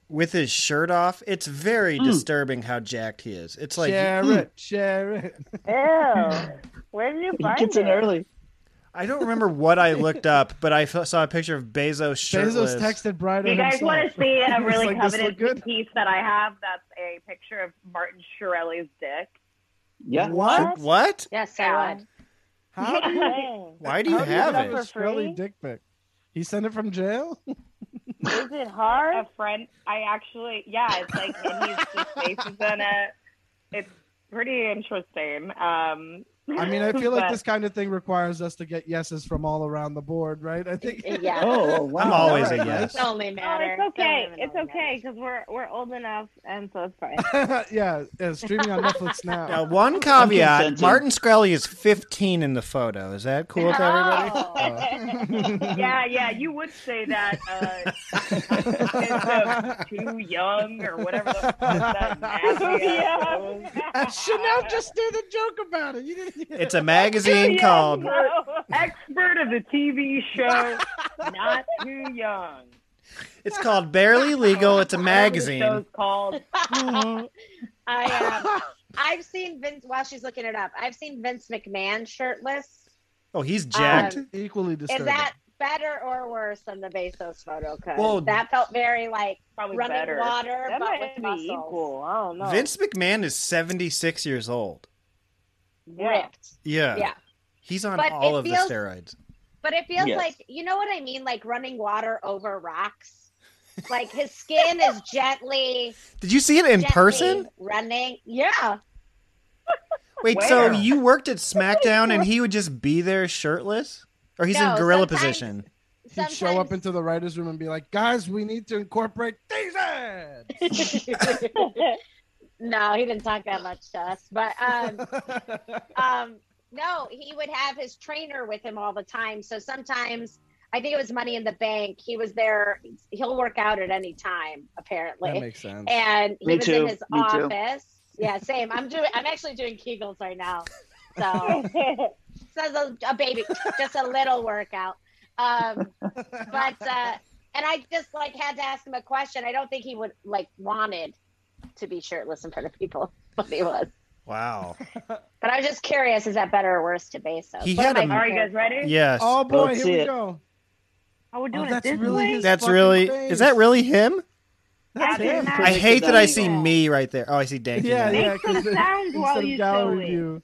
with his shirt off. It's very Hmm. disturbing how jacked he is. It's like share Mm. it, share it. hmm. [LAUGHS] Ew. Where did you find it? I don't remember what I looked up, but I f- saw a picture of Bezos shirtless. Bezos texted Brian. You guys want to see [LAUGHS] a really like, this look coveted piece that I have? That's a picture of Martin Shkreli's dick. Yeah. What? What? Yes, I would. How [LAUGHS] do you, why do you how have get it? this Shirley dick pic? He sent it from jail. Is it hard? A friend, I actually, yeah, it's like, and he's, his face is in it. It's pretty interesting. Um, I mean, [LAUGHS] I feel like but- this kind of thing requires us to get yeses from all around the board, right? I think. [LAUGHS] Yeah. Oh, wow. I'm always a yes. It's only matter. Oh, it's okay. It's okay because we're we're old enough, and so it's fine. [LAUGHS] yeah, yeah, streaming on Netflix now. [LAUGHS] Now, one caveat: Martin Scully is 15 in the photo. Is that cool with everybody? Oh. [LAUGHS] yeah, yeah, you would say that uh, it's, uh, too young or whatever. The, [LAUGHS] that nasty ass old- I should have just did a joke about it. You didn't. It's a magazine called. expert of the TV [LAUGHS] show. Not too young. It's called Barely Legal. It's a magazine. [LAUGHS] called. I [LAUGHS] uh, I've seen Vince while she's looking it up. I've seen Vince McMahon shirtless. Oh, he's jacked. Um, Equally Is that better or worse than the Bezos photo? Well- Because that felt very like running better. water, That but might with be muscles. equal. I don't know. Vince McMahon is 76 years old. ripped. Yeah. Yeah. He's on But all it of feels- the steroids. But it feels Yes. like you know what I mean, like running water over rocks. Like his skin [LAUGHS] is gently. Did you see it in gently person? Running, yeah. Wait, so Where? [LAUGHS] you worked at SmackDown and he would just be there shirtless? Or he's No, in gorilla sometimes- position? He'd show up into the writers' room and be like, "Guys, we need to incorporate these ads." no, he didn't talk that much to us. [LAUGHS] But [LAUGHS] um, um, no, he would have his trainer with him all the time. So sometimes, I think it was Money in the Bank. He was there. He'll work out at any time, apparently. That makes sense. And he Me was too, in his me too. office. Yeah, same. I'm doing. I'm actually doing Kegels right now. [LAUGHS] So, so a, a baby, just a little workout. Um, but uh, and I just like had to ask him a question. I don't think he would like wanted to be shirtless in front of people, [LAUGHS] but he was. Wow. But I was just curious: is that better or worse to Bezos? He What had am a- I Are you guys comparing? ready? Yes. Oh, boy, Let's here we see it. go. Oh, we're doing it this way. That's really. Is that really him? That's him. I hate that I see me right there. Oh, I see Danky. Yeah, now. yeah. [LAUGHS] 'cause it- sound while instead of you gallery show it. [LAUGHS] view.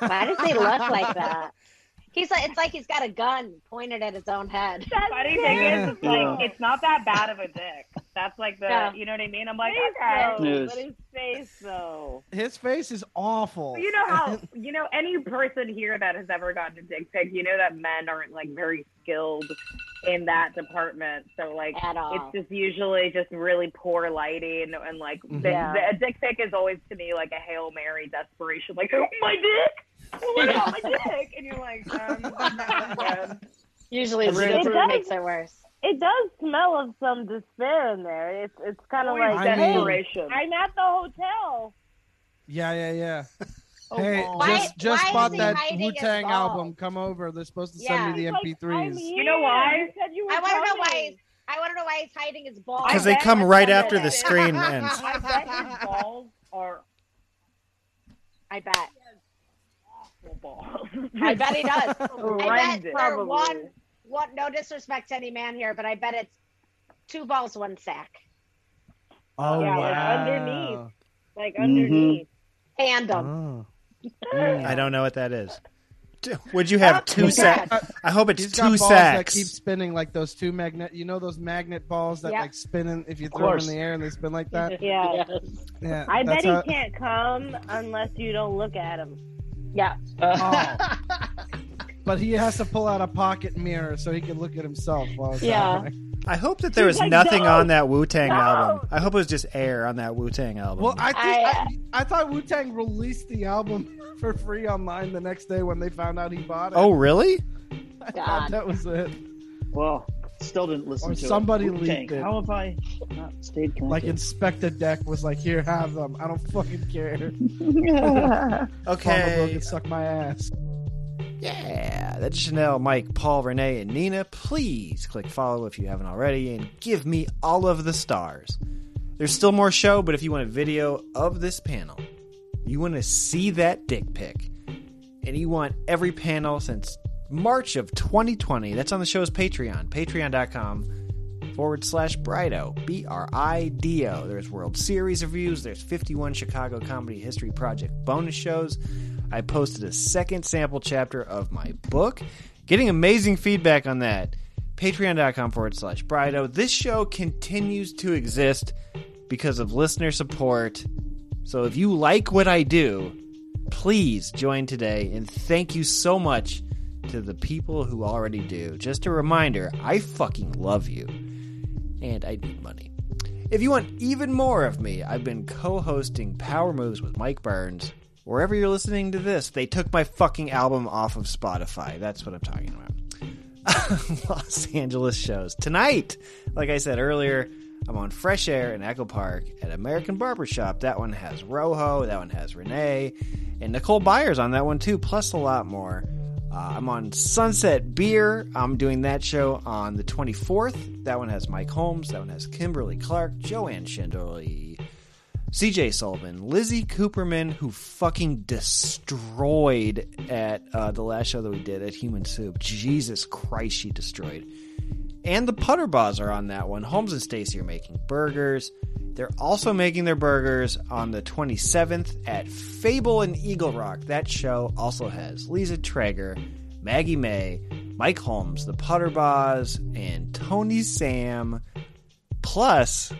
Why does he look like that? He's like, it's like he's got a gun pointed at his own head. Funny thing is, it's like it's not that bad of a dick. That's like the, Yeah. you know what I mean? I'm like, Face okay. though, News. but his face though. His face is awful. You know how you know any person here that has ever gotten a dick pic, you know that men aren't like very skilled in that department. So like At all. it's just usually just really poor lighting and like Mm-hmm. the, Yeah. the- a dick pic is always to me like a hail mary desperation, like oh, my dick, oh, what about my dick, and you're like, "Oh, um, [LAUGHS] Usually, It root does- beer makes it worse. It does smell of some despair in there. It's it's kind of Always like I mean- Hey, I'm at the hotel. [LAUGHS] Yeah, yeah, [LAUGHS] yeah. Hey, wow. just Oh, Why- just why bought is he that hiding his Wu Tang balls? album. Come over. They're supposed to send me the Yeah. MP3s. You know why? I want to know why. He's, I want to know why he's hiding his balls. 'Cause they come right after the screen ends. [LAUGHS] I bet his balls are I bet. balls. [LAUGHS] I bet [LAUGHS] he does. I bet Horrendous. for one, one. No disrespect to any man here, but I bet it's two balls, one sack. Oh yeah, wow. Oh. like underneath, like Mhm. underneath. Tandem. [LAUGHS] I don't know what that is. D- Would you have two He's got- sacks? I hope it's He's got two balls sacks. that keep spinning like those two magnet. You know those magnet balls that Yeah. like spin in, if you Of throw them course. in the air and they spin like that. [LAUGHS] Yeah. Yeah, I bet that's he how- can't come unless you don't look at him. Yeah. [LAUGHS] Oh. but he has to pull out a pocket mirror so he can look at himself while it's Yeah. happening. I hope that there was He's like, nothing "No, on that Wu Tang no." album. I hope it was just air on that Wu Tang album. Well, I uh, think I, I, thought Wu Tang released the album [LAUGHS] for free online the next day when they found out he bought it. oh, really? [LAUGHS] I thought that was it. Well, still didn't listen Or to it. somebody Wu-Tang, leaked it. How have I not stayed connected? Like Inspector Deck was like, "Here, have them. I don't fucking [LAUGHS] care." Okay. Farmer Bill can suck my ass. Yeah, that's Chanel, Mike, Paul, Renee, and Nina. Please click follow if you haven't already and give me all of the stars. There's still more show, but if you want a video of this panel, you want to see that dick pic, and you want every panel since March of 2020, that's on the show's Patreon, patreon.com forward slash Brido, B R I D O. There's World Series reviews, there's 51 Chicago Comedy History Project bonus shows. I posted a second sample chapter of my book. Getting amazing feedback on that. Patreon.com forward slash Brido. This show continues to exist because of listener support. So if you like what I do, please join today. And thank you so much to the people who already do. Just a reminder I fucking love you. And I need money. If you want even more of me, I've been co hosting Power Moves with Mike Burns. Wherever you're listening to this, they took my fucking album off of Spotify. That's what I'm talking about. [LAUGHS] Los Angeles shows. Tonight, like I said earlier, I'm on Fresh Air in Echo Park at American Barber Shop. That one has Rojo, that one has Renee, and Nicole Byers on that one too, plus a lot more. Uh, I'm on Sunset Beer. I'm doing that show on the 24th. That one has Mike Holmes. That one has Kimberly Clark, Joanne Shindley, CJ Sullivan, Lizzie Cooperman, who fucking destroyed at uh, the last show that we did at Human Soup. Jesus Christ, she destroyed. And the Putter Baws are on that one. Holmes and Stacy are making burgers. They're also making their burgers on the 27th at Fable and Eagle Rock. That show also has Lisa Traeger, Maggie May, Mike Holmes, the Putter Baws, and Tony Sam. Plus,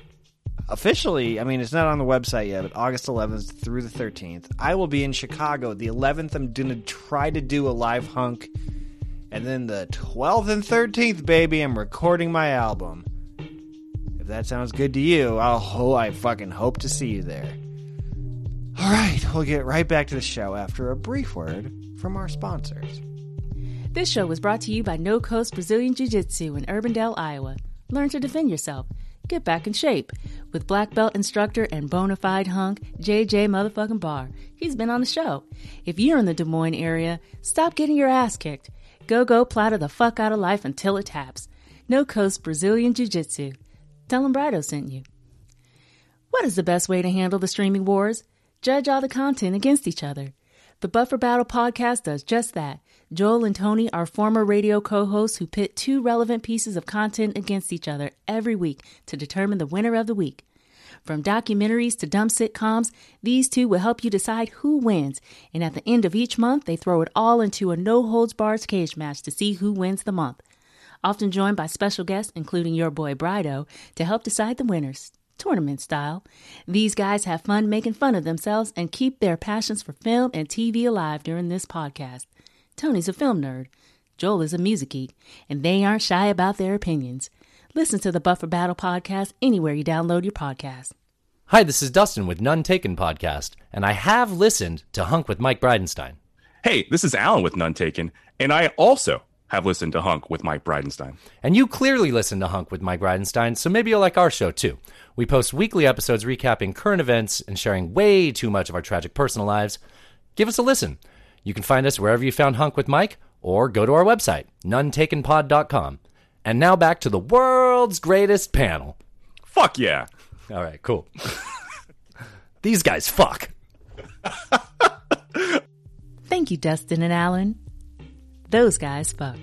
officially, I mean, it's not on the website yet, but August 11th through the 13th, I will be in Chicago. The 11th, I'm going to try to do a live hunk. And then the 12th and 13th, baby, I'm recording my album. If that sounds good to you, I'll ho- I fucking hope to see you there. All right, we'll get right back to the show after a brief word from our sponsors. This show was brought to you by No Coast Brazilian Jiu Jitsu in Urbandale, Iowa. Learn to defend yourself. Get back in shape with black belt instructor and bona fide hunk JJ motherfucking Barr. He's been on the show. If you're in the Des Moines area, stop getting your ass kicked. Go go platter the fuck out of life until it taps. No Coast Brazilian Jiu Jitsu. Tell 'em Brido sent you. What is the best way to handle the streaming wars? Judge all the content against each other. The Buffer Battle podcast does just that. Joel and Tony are former radio co hosts who pit two relevant pieces of content against each other every week to determine the winner of the week. From documentaries to dumb sitcoms, these two will help you decide who wins, and at the end of each month, they throw it all into a no holds barred cage match to see who wins the month. Often joined by special guests, including your boy Brido, to help decide the winners, tournament style. These guys have fun making fun of themselves and keep their passions for film and TV alive during this podcast. Tony's a film nerd, Joel is a music geek, and they aren't shy about their opinions. Listen to the Buffer Battle podcast anywhere you download your podcast. Hi, this is Dustin with None Taken podcast, and I have listened to Hunk with Mike Bridenstine. Hey, this is Alan with None Taken, and I also have listened to Hunk with Mike Bridenstine. And you clearly listen to Hunk with Mike Bridenstine, so maybe you'll like our show too. We post weekly episodes recapping current events and sharing way too much of our tragic personal lives. Give us a listen. You can find us wherever you found Hunk with Mike, or go to our website, nuntakenpod.com. And now back to the world's greatest panel. Fuck yeah. All right, cool. These guys fuck. Thank you, Dustin and Alan. Those guys fuck.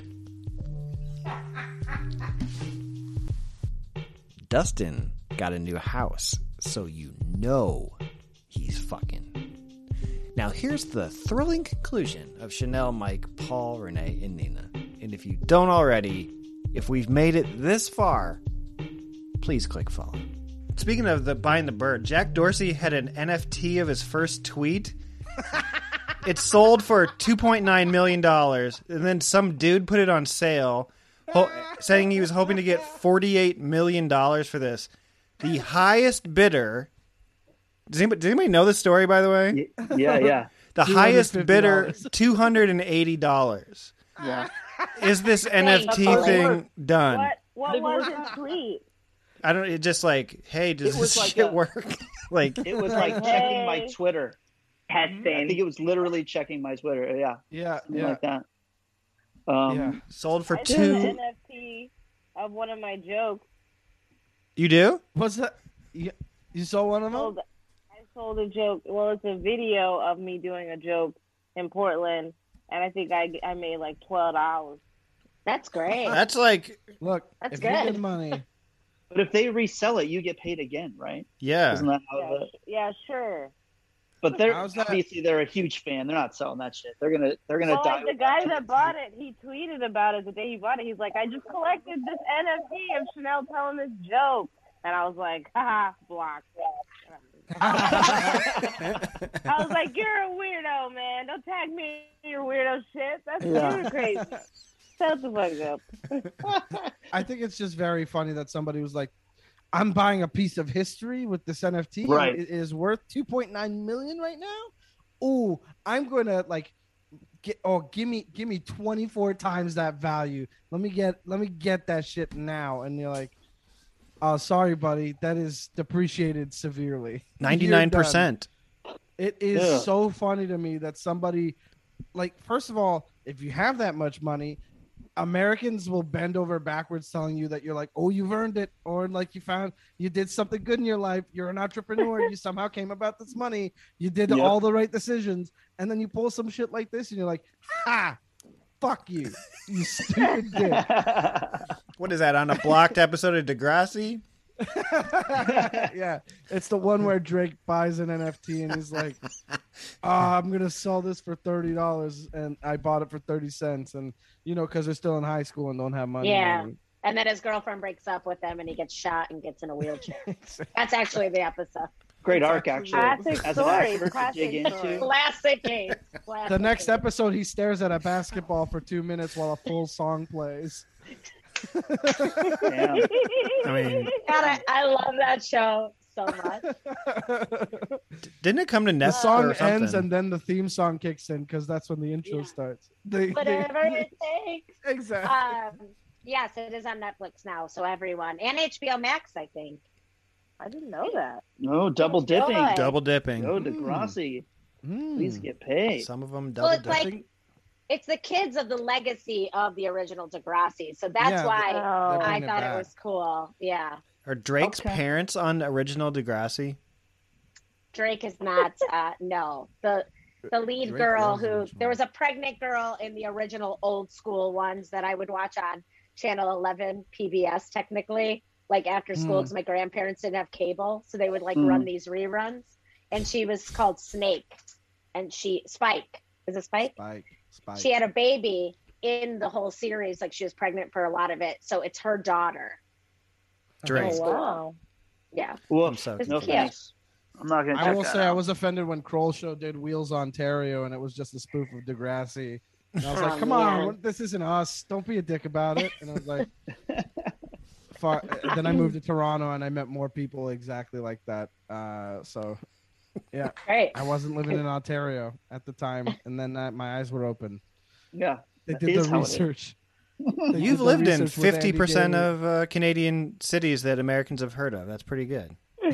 Dustin got a new house, so you know he's fucking. Now, here's the thrilling conclusion of Chanel, Mike, Paul, Renee, and Nina. And if you don't already, if we've made it this far, please click follow. Speaking of the buying the bird, Jack Dorsey had an NFT of his first [LAUGHS] tweet. it sold for $2.9 million, and then some dude put it on sale, ho- saying he was hoping to get $48 million for this. The highest bidder. Does anybody, does anybody know this story, by the way? yeah, yeah. [LAUGHS] the highest bidder, $250. $280. Ah, Yeah. Is this Thank you. NFT thing done? What, what was his tweet? I don't. It just like, hey, does It was this like shit a- work? [LAUGHS] like, It was like checking my Twitter. I Testing. think it was literally checking my Twitter. Yeah. Yeah. Something yeah. like that. [LAUGHS] Um, Yeah. sold for I did two. an NFT of one of my jokes. You do? What's that? You, you saw one of them? Sold- I sold a joke. Well, it's a video of me doing a joke in Portland, and I think I I made like twelve dollars. That's great. That's like look. That's if you good. [LAUGHS] get money. But if they resell it, you get paid again, right? Yeah. Isn't that how Yeah, sure. But they're obviously they're a huge fan. They're not selling that shit. They're gonna they're gonna well, die. like the guy that bought it, he tweeted about it the day he bought it. He's like, I just collected this NFT of Chanel telling this joke. And I was like, haha, blocked. [LAUGHS] I was like, you're a weirdo, man. Don't tag me in your weirdo shit. That's Yeah. you're crazy. Shut the fuck up. I think it's just very funny that somebody was like, "I'm buying a piece of history with this NFT. and Right. It is worth 2.9 million right now. Ooh, I'm gonna like get oh give me give me 24 times that value. Let me get let me get that shit now." And you're like, "Oh, sorry, buddy. That is depreciated severely. [LAUGHS] You're done. 99%. It is Yeah. so funny to me that somebody, like, first of all, if you have that much money, Americans will bend over backwards telling you that you're like, oh, you've earned it, or like you found you did something good in your life. You're an entrepreneur. you somehow came about this money. You did Yep. all the right decisions, and then you pull some shit like this, and you're like, ha, fuck you, you stupid dick. What is that on a blocked episode of Degrassi? yeah, it's the one where Drake buys an NFT and he's [LAUGHS] like, oh, "I'm gonna sell this for thirty dollars," and I bought it for thirty cents, and you know, because they're still in high school and don't have money. yeah. And- And then his girlfriend breaks up with him, and he gets shot and gets in a wheelchair. That's actually the episode. Great arc, actually. Classic As an story. actor to dig Classic story. into. Classic case. Classic The next episode, he stares at a basketball for two minutes while a full song plays. Damn. [LAUGHS] I mean, God, I, I love that show so much. didn't it come to The Nest song or something? ends and then the theme song kicks in because that's when the intro starts. They- they- Whatever it takes. Exactly. Um, yes, it is on Netflix now, so everyone and HBO Max, I think. I didn't know that. No, double dipping. Joy. Double dipping. Hmm. No, Degrassi. Please get paid. Some of them well, it's like it's the kids of the legacy of the original Degrassi, so that's Yeah, why they're I bringing it thought back. it was cool. Yeah, Are Drake's parents on original Degrassi? Drake is not. Uh, no, the the lead Drake girl loves who there was a pregnant girl in the original old school ones that I would watch on Channel Eleven PBS, technically, like after school Hmm. because my grandparents didn't have cable, so they would like Hmm. run these reruns, and she was called Snake, and she Spike is it Spike? Spike. Spike. She had a baby in the whole series, like she was pregnant for a lot of it, so it's her daughter. Drake. Oh, wow. Yeah. Well, I'm so It's no cute. thanks. I'm not gonna. I check will that say out. I was offended when Kroll Show did Wheels Ontario and it was just a spoof of Degrassi. And I was like, Oh, come man. on, what- this [LAUGHS] isn't us. Don't be a dick about it. And I [LAUGHS] was like, Far, then I moved to Toronto and I met more people exactly like that. Uh, so, yeah, Great. I wasn't living in Ontario at the time, and then uh, my eyes were open. Yeah, They that did is the how it is. [LAUGHS] [LAUGHS] research. They did You've the lived in research with Andy 50% Daly. of uh, Canadian cities that Americans have heard of. That's pretty good. [LAUGHS]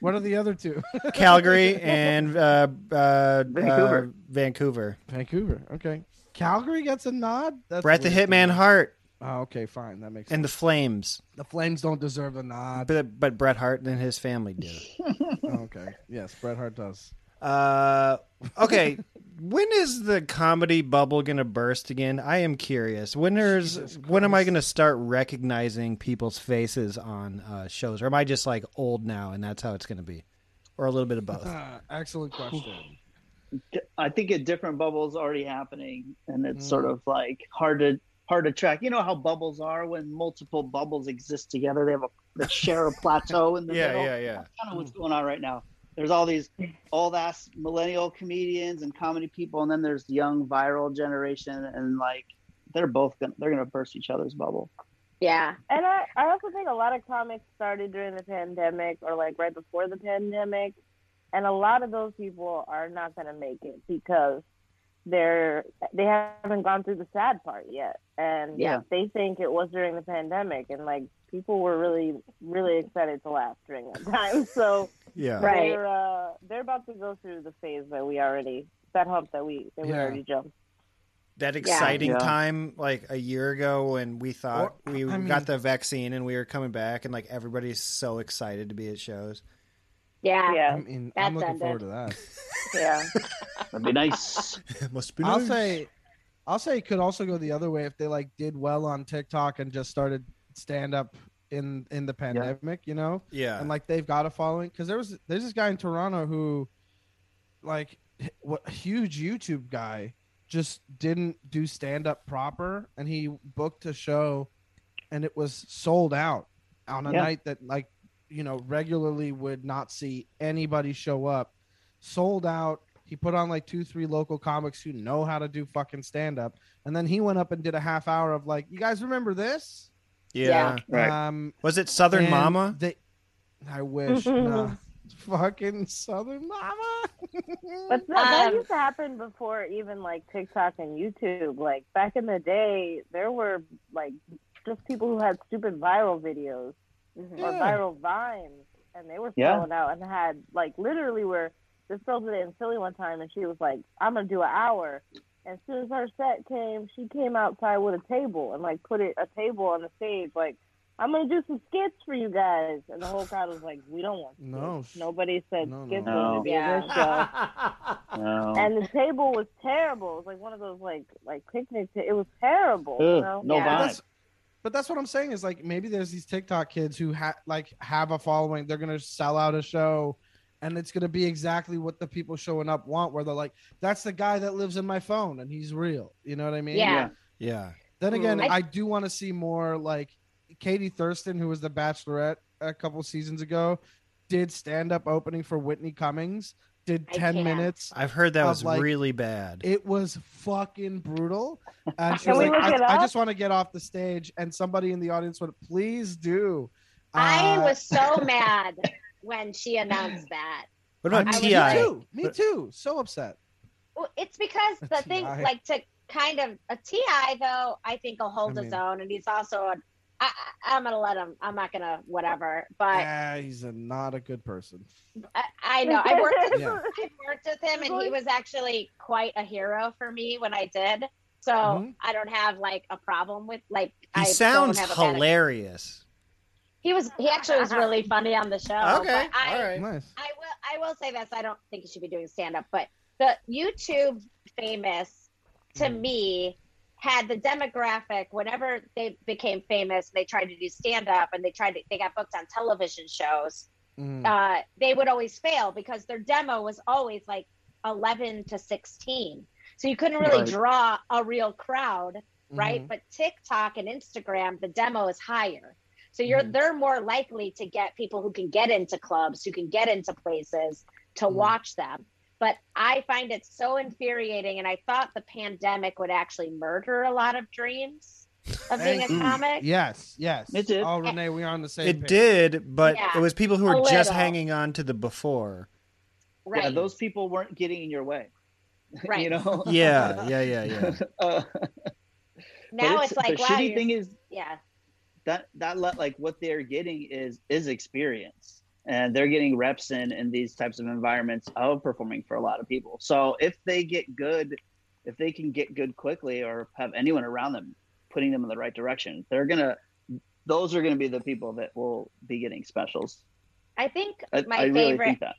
what are the other two? [LAUGHS] [LAUGHS] Calgary and uh, uh, Vancouver. uh, Vancouver. Vancouver. Okay. Calgary gets a nod. That's Bret the weird to Hitman me. Hart Oh, okay, fine. That makes sense. and the Flames. The Flames don't deserve a nod. But, but Bret Hart and his family do. okay. Yes, Bret Hart does. Uh, [LAUGHS] okay. when is the comedy bubble gonna burst again? I am curious. When is when am I gonna start recognizing people's faces on uh, shows, or am I just like old now and that's how it's gonna be, or a little bit [LAUGHS] of both? Uh, Ah, excellent question. I think a different bubble is already happening, and it's Mm. sort of like hard to hard to track. You know how bubbles are when multiple bubbles exist together; they have a they share a plateau in the [LAUGHS] Yeah, middle. yeah, yeah. That's kind of what's going on right now. There's all these old ass millennial comedians and comedy people, and then there's the young viral generation, and like they're both gonna, they're gonna burst each other's bubble. Yeah. And I, I also think a lot of comics started during the pandemic or like right before the pandemic. And a lot of those people are not going to make it because they're they haven't gone through the sad part yet. And Yeah. they think it was during the pandemic and like people were really really excited to laugh during that time. [LAUGHS] So Yeah. Right. they're uh, they're about to go through the phase that we already that hump that we that we Yeah. already jumped. That exciting Yeah. time, like a year ago, when we thought Or- we I mean- got the vaccine and we were coming back, and like everybody's so excited to be at shows. Yeah. I mean, I'm looking forward to that. Yeah. That'd [LAUGHS] be nice. Must be. I'll nice. say, I'll say it could also go the other way if they like did well on TikTok and just started stand up in in the pandemic, you know? Yeah. And like they've got a following because there was there's this guy in Toronto who, like, what huge YouTube guy, just didn't do stand up proper, and he booked a show, and it was sold out on a Yeah. night that like you know regularly would not see anybody show up sold out he put on like two three local comics who know how to do fucking stand up and then he went up and did a half hour of like you guys remember this Yeah. Right. Um, was it Southern and Mama? they i wish nah. fucking southern mama But [LAUGHS] that, that Um, used to happen before even like TikTok and YouTube. Like back in the day, there were like just people who had stupid viral videos Mm-hmm. or Yeah. viral vines, and they were Yeah. throwing out and had like literally where this girl did it in Philly one time, and she was like, "I'm gonna do an hour." And as soon as her set came, she came outside with a table and like put it a table on the stage, like. I'm gonna do some skits for you guys, and the whole crowd was like, "We don't want skits. No, Nobody said skits no. were gonna No. be in this [LAUGHS] Yeah. show." No. And the table was terrible. It was like one of those like like picnic. Ta- it was terrible. you know? But that's- But that's what I'm saying is like maybe there's these TikTok kids who ha- like have a following. They're gonna sell out a show, and it's gonna be exactly what the people showing up want. Where they're like, "That's the guy that lives in my phone, and he's real." You know what I mean? Yeah. Yeah. Then again, Mm. I- I, do want to see more like Katie Thurston, who was the Bachelorette a couple seasons ago, did stand up opening for Whitney Cummings. Did ten minutes. I've heard that of, was like, really bad. it was fucking brutal. And she Can was we like, look it I, I up? just want to get off the stage. And somebody in the audience went, please do. I Uh, was [LAUGHS] so mad when she announced that. What about I was- T.I.? Me too. Me too. So upset. Well, it's because the thing, TI. like to kind of a Ti though, I think will hold I his mean- own, and he's also an. I, I- I'm gonna let him. I'm not gonna whatever. But Ah, he's a, not a good person. I, I know I [LAUGHS] worked. With, Uh, Yeah. I worked with him, and he was actually quite a hero for me when I did. So Mm-hmm. Mhm. I don't have like a problem with like. He I sounds don't have a bad- hilarious. He was. He actually was really funny on the show. Okay, but I, all right. Nice. I will. I will say this. I don't think he should be doing stand up, but the YouTube famous to me had the demographic. Whenever they became famous, they tried to do stand up, and they tried to. They got booked on television shows. Uh, they would always fail because their demo was always like 11 to 16. So you couldn't really Right. draw a real crowd, right? Mhm. But TikTok and Instagram, the demo is higher. So you're they're more likely to get people who can get into clubs, who can get into places to watch them. But I find it so infuriating and I thought the pandemic would actually murder a lot of dreams [LAUGHS] of being a Mm. Thank you. comic. Yes, yes. It did. Oh, Renee, we're on the same It page. did, but Yeah, it was people who a were just little. hanging on to the before. Yeah, Right. those people weren't getting in your way. [LAUGHS] Right. you know. [LAUGHS] Yeah, yeah, yeah, yeah. Uh, Now But it's, it's- like the wow, shitty you're- thing is- yeah. that that let like what they're getting is is experience and they're getting reps in in these types of environments of performing for a lot of people so if they get good if they can get good quickly or have anyone around them putting them in the right direction they're gonna those are gonna be the people that will be getting specials I think i, my I really favorite think that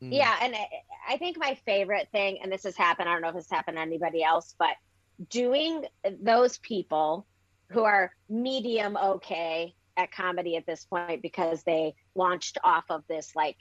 Yeah, and I, I think my favorite thing, and this has happened, I don't know if it's happened to anybody else, but doing those people who are medium okay at comedy at this point because they launched off of this like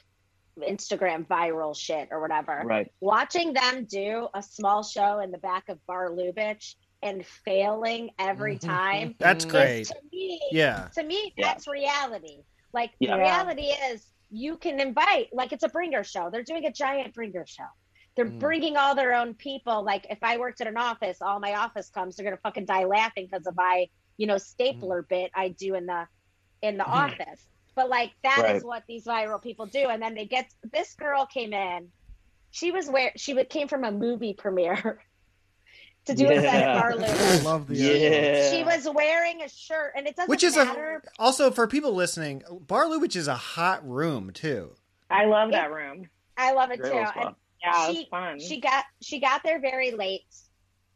Instagram viral shit or whatever. Right. Watching them do a small show in the back of Bar Lubitsch and failing every time. That's is, great. To me, Yeah. To me, Yeah. that's reality. Like Yeah. the reality is you can invite like it's a bringer show. They're doing a giant bringer show. They're Mm. bringing all their own people. Like if I worked at an office, all my office comes, they're gonna fucking die laughing because of my, you know, stapler Mm. bit I do in the in the office. But like that is Right. what these viral people do. And then they get this girl came in. She was where she wa- came from a movie premiere [LAUGHS] [LAUGHS] to do a set at Bar Lou. I love the yeah. She was wearing a shirt, and it doesn't which is matter. a also for people listening, Bar Lubitsch is a hot room too. I love that room. I love it That too. was And fun. Yeah, it was she, fun. She got she got there very late.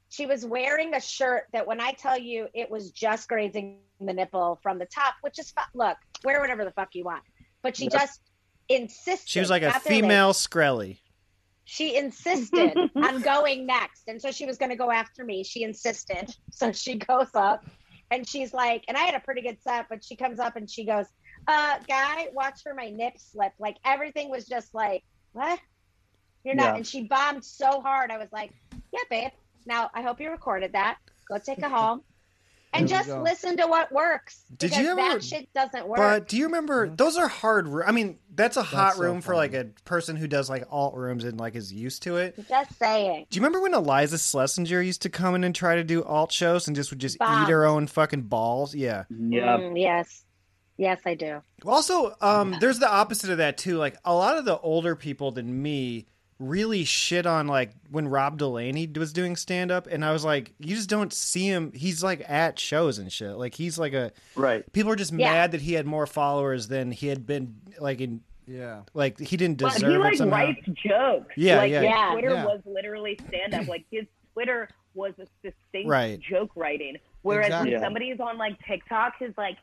She was wearing a shirt that, when I tell you, it was just grazing the nipple from the top, which is fu- look, wear whatever the fuck you want. But she Yep. just insisted. She was like a got there late. female Skrelly. She insisted [LAUGHS] on going next. And so she was going to go after me. She insisted. So she goes up and she's like, and I had a pretty good set, but she comes up and she goes, uh, guy, watch for my nip slip. Like everything was just like, what? You're not. Yeah. And she bombed so hard. I was like, yeah, babe. Now I hope you recorded that. Go take it home. And There we just go. listen to what works. Did because you ever- that shit doesn't work? But do you remember those are hard? roo- I mean, Mm-hmm. that's a hot That's so room for like a person who does like alt rooms and like is used to it. Just saying. Do you remember when Eliza Schlesinger used to come in and try to do alt shows and just would just Bombs. eat her own fucking balls? Yeah. Mm, yes. Yes, I do. Also, um, there's the opposite of that too. Like a lot of the older people than me really shit on like when Rob Delaney was doing stand up, and I was like, you just don't see him. He's like at shows and shit. Like he's like a right. People are just Yeah. mad that he had more followers than he had been. Like in yeah, like he didn't But deserve he it like somehow. writes jokes. Yeah, like, yeah. his Yeah. Twitter Yeah. was literally stand up. Like his Twitter was a succinct Right. joke writing. Whereas Exactly. when Yeah. somebody's on like TikTok, is like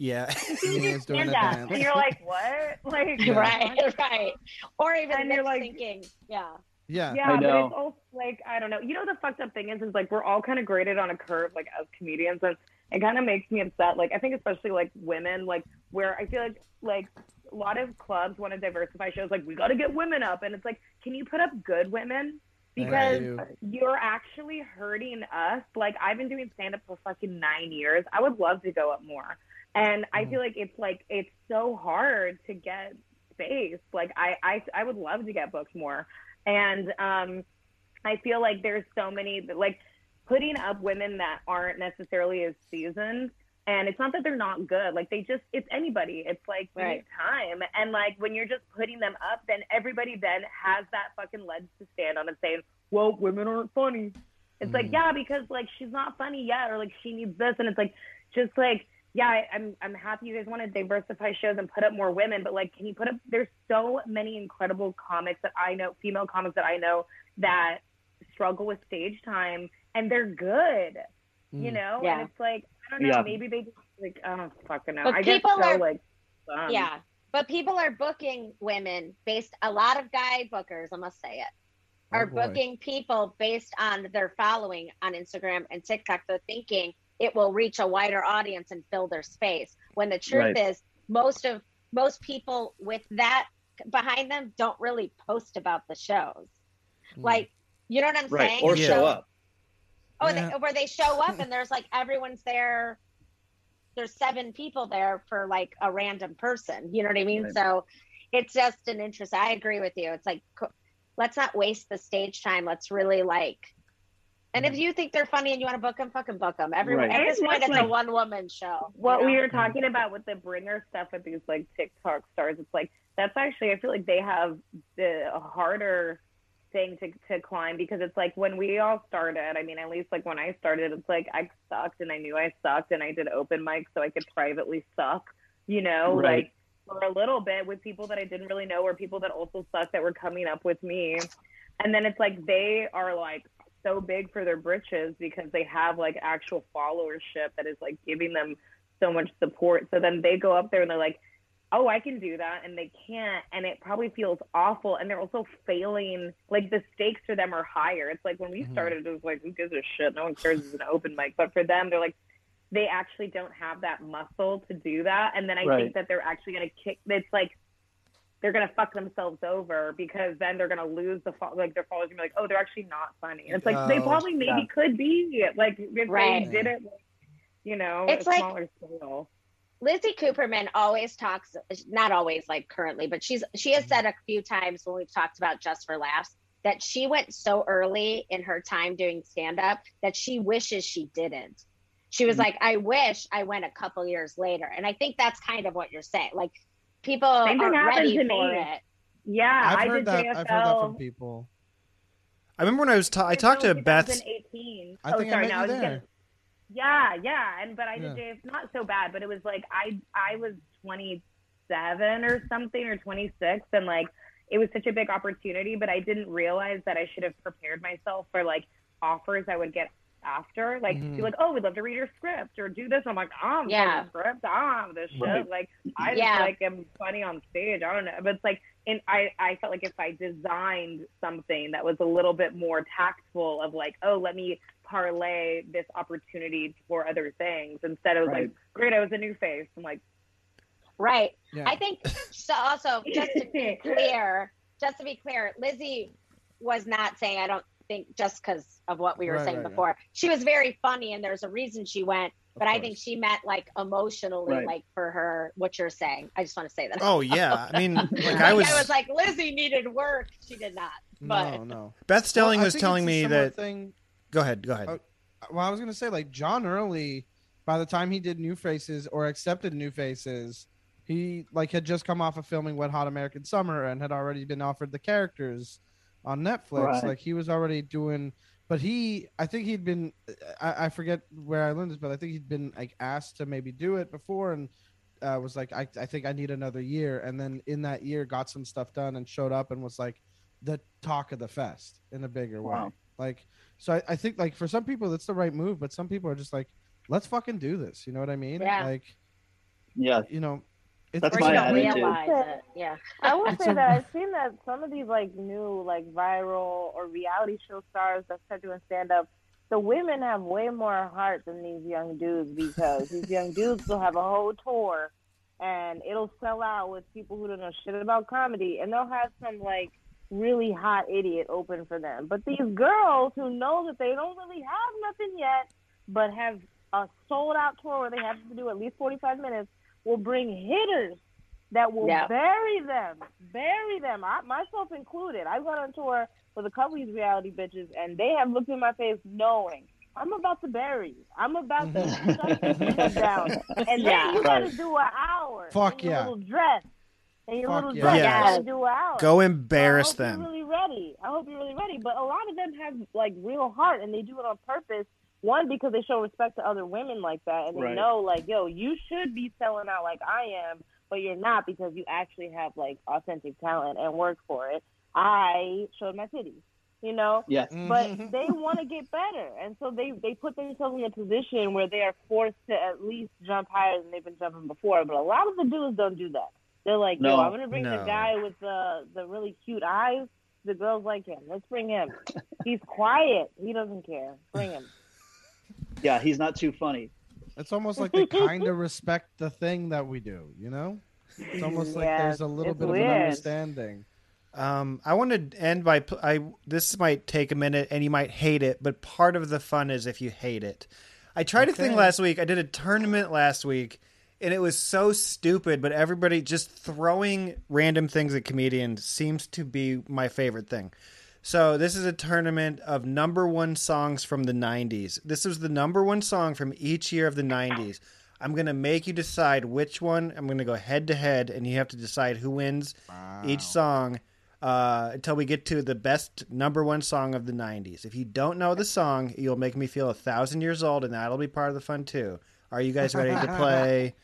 [LAUGHS] yeah. stand up, and you're like, what? [LAUGHS] Like Yeah. right, right. Or even and you're like, thinking, yeah. Yeah. Yeah, but it's also like I don't know. You know the fucked up thing is is like we're all kind of graded on a curve like as comedians and it kind of makes me upset. Like I think especially like women like where I feel like like a lot of clubs want to diversify shows like we got to get women up and it's like can you put up good women Thank because you. you're actually hurting us. Like I've been doing stand up for fucking 9 years. I would love to go up more. And I feel like it's like it's so hard to get space. Like I I I would love to get booked more. And um, I feel like there's so many like putting up women that aren't necessarily as seasoned. And it's not that they're not good. Like they just, it's anybody. It's like we Right. need time. And like when you're just putting them up, then everybody then has that fucking ledge to stand on and saying, well, women aren't funny. It's like, yeah, because like she's not funny yet, or like she needs this, and it's like, just like, yeah, I, I'm I'm happy you guys want to diversify shows and put up more women, but like, can you put up? There's so many incredible comics that I know, female comics that I know that struggle with stage time, and they're good, you Mm. know. Yeah. And it's like, I don't know, Yeah. maybe they just like, I don't fucking know. But I get people so are- like, bummed. yeah. But people are booking women based, a lot of guy bookers, I must say it, are boy. booking people based on their following on Instagram and TikTok. They're thinking it will reach a wider audience and fill their space. When the truth Right. is, most of, most people with that behind them don't really post about the shows. Like, you know what I'm Right. saying? Or So- show up. Oh, Yeah. they, where they show up and there's like everyone's there. There's seven people there for like a random person. You know what I mean? Right. So it's just an interest. I agree with you. It's like, co- let's not waste the stage time. Let's really like, and if you think they're funny and you want to book them, fucking book them. Everyone, Right. At this um, And point, that's it's a like- one woman show. you what we know? were talking about with the bringer stuff with these like TikTok stars, it's like that's actually I feel like they have the harder thing to to climb because it's like when we all started, I mean at least like when I started, it's like I sucked and I knew I sucked and I did open mic so I could privately suck, you Oh, know, Right. like for a little bit with people that I didn't really know or people that also sucked that were coming up with me. And then it's like they are like so big for their britches because they have like actual followership that is like giving them so much support. So then they go up there and they're like, oh, I can do that. And they can't. And it probably feels awful. And they're also failing. Like the stakes for them are higher. It's like when Mm-hmm. we started, it was like, who gives a shit? No one cares. It's an open mic. But for them, they're like, they actually don't have that muscle to do that. And then I Right. think that they're actually going to kick. It's like, they're gonna fuck themselves over because then they're gonna lose the fo- like their followers and be like, oh, they're actually not funny. And it's like they Oh, probably maybe yeah. could be like if Right. they did it, like, you know, It's a like- smaller scale. Lizzie Cooperman always talks, not always like currently, but she's she has said a few times when we've talked about Just for Laughs that she went so early in her time doing stand up that she wishes she didn't. She was Mm-hmm. Mhm. like, I wish I went a couple years later. And I think that's kind of what you're saying. Like people Same thing aren't happened ready to for me. it. Yeah, I've I heard did that. JFL. I've heard that from people. I remember when I was ta- I talked to Beth. 2018. I oh, think I sorry, met no, you was there. Gonna, yeah, yeah, and but I did Yeah. JF not so bad, but it was like I I was 27 or something or 26, and like it was such a big opportunity, but I didn't realize that I should have prepared myself for like offers I would get after, like Mhm. Mm-hmm. be like, oh, we'd love to read your script or do this. I'm like, I'm Yeah. yeah. script, I'm this shit. Right. Like I just Yeah. like am funny on stage. I don't know, but it's like and I, I felt like if I designed something that was a little bit more tactful of like, oh, let me parlay this opportunity for other things instead of Right. like, great, I was a new face. I'm like, Right. Yeah. I think so. Also, just to [LAUGHS] be clear, just to be clear, Lizzie was not saying, I don't think, just because of what we were Right, saying right, right. before. She was very funny, and there's a reason she went, but I course. think she meant like emotionally, Right. like for her, what you're saying. I just want to say that. Oh yeah, [LAUGHS] I mean, like I was. I was like, Lizzie needed work. She did not. But no, no. Beth Stelling I was think telling it's a me similar that- Thing, Go ahead, go ahead. Uh, well, I was gonna say like John Early, by the time he did New Faces or accepted New Faces, he like had just come off of filming Wet Hot American Summer and had already been offered the characters on Netflix. Right. Like he was already doing, but he I think he'd been I, I forget where I learned this, but I think he'd been like asked to maybe do it before and. Uh, was like I, I think I need another year, and then in that year got some stuff done and showed up and was like the talk of the fest in a bigger way. Wow. Like, so I, I think like for some people that's the right move, but some people are just like, let's fucking do this. You know what I mean? Yeah. Like, yeah, you know, it's That's it's my not- attitude. realize it. Yeah. I will It's say a- that I've seen that some of these like new like viral or reality show stars that start doing stand up, the women have way more heart than these young dudes because these young dudes will have a whole tour and it'll sell out with people who don't know shit about comedy and they'll have some like really hot idiot open for them. But these girls who know that they don't really have nothing yet but have a sold out tour where they have to do at least 45 minutes will bring hitters that will Yeah. bury them, bury them, I, myself included. I've gone on tour with a couple of these reality bitches, and they have looked in my face knowing I'm about to bury you. I'm about to shut this shit down, and Yeah. then you Right. gotta do an hour. Fuck in your yeah. little dress. And your Fuck little yeah. dress, Yes. you gotta do an hour. Go embarrass I hope them. You're really ready. I hope you're really ready. But a lot of them have like real heart, and they do it on purpose. One because they show respect to other women like that, and they Right. know like, yo, you should be selling out like I am, but you're not because you actually have like authentic talent and work for it. I showed my titties, you know. Yes. But Mm-hmm. they want to get better, and so they they put themselves in a position where they are forced to at least jump higher than they've been jumping before. But a lot of the dudes don't do that. They're like, No. yo, I'm gonna bring No. the guy with the the really cute eyes. The girls like him. Let's bring him. He's quiet. He doesn't care. Bring him. yeah, he's not too funny. It's [LAUGHS] almost like they kind of respect the thing that we do. You know, it's almost like Yeah, there's a little it's bit of weird. an understanding. Um, I want to end by pl- I. This might take a minute, and you might hate it, but part of the fun is if you hate it. I tried a thing Okay. last week. I did a tournament last week, and it was so stupid. But everybody just throwing random things at comedians seems to be my favorite thing. So this is a tournament of number one songs from the '90s. This was the number one song from each year of the '90s. I'm gonna make you decide which one. I'm gonna go head to head, and you have to decide who wins each song uh, until we get to the best number one song of the 90s. If you don't know the song, you'll make me feel a thousand years old, and that'll be part of the fun too. Are you guys [LAUGHS] ready to play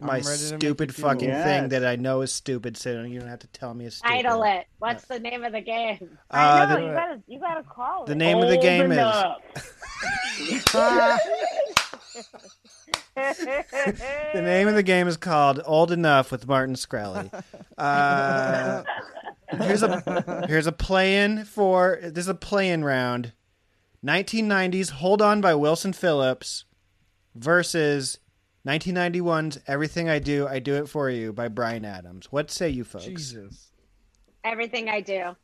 I'm my ready to make you stupid feel old. fucking thing Yes. that I know is stupid? So you don't have to tell me it's stupid. Title it. What's the name of the game? Uh, no, the- you gotta you gotta call the it. name of the game is- the name of the game is called Old Enough with [LAUGHS] Martin Scrally. Uh, here's a here's a play-in for there's a play-in round. 1990s Hold On by Wilson Phillips versus 1991's Everything I Do I Do It For You by Brian Adams. What say you folks? Jesus. Everything I do.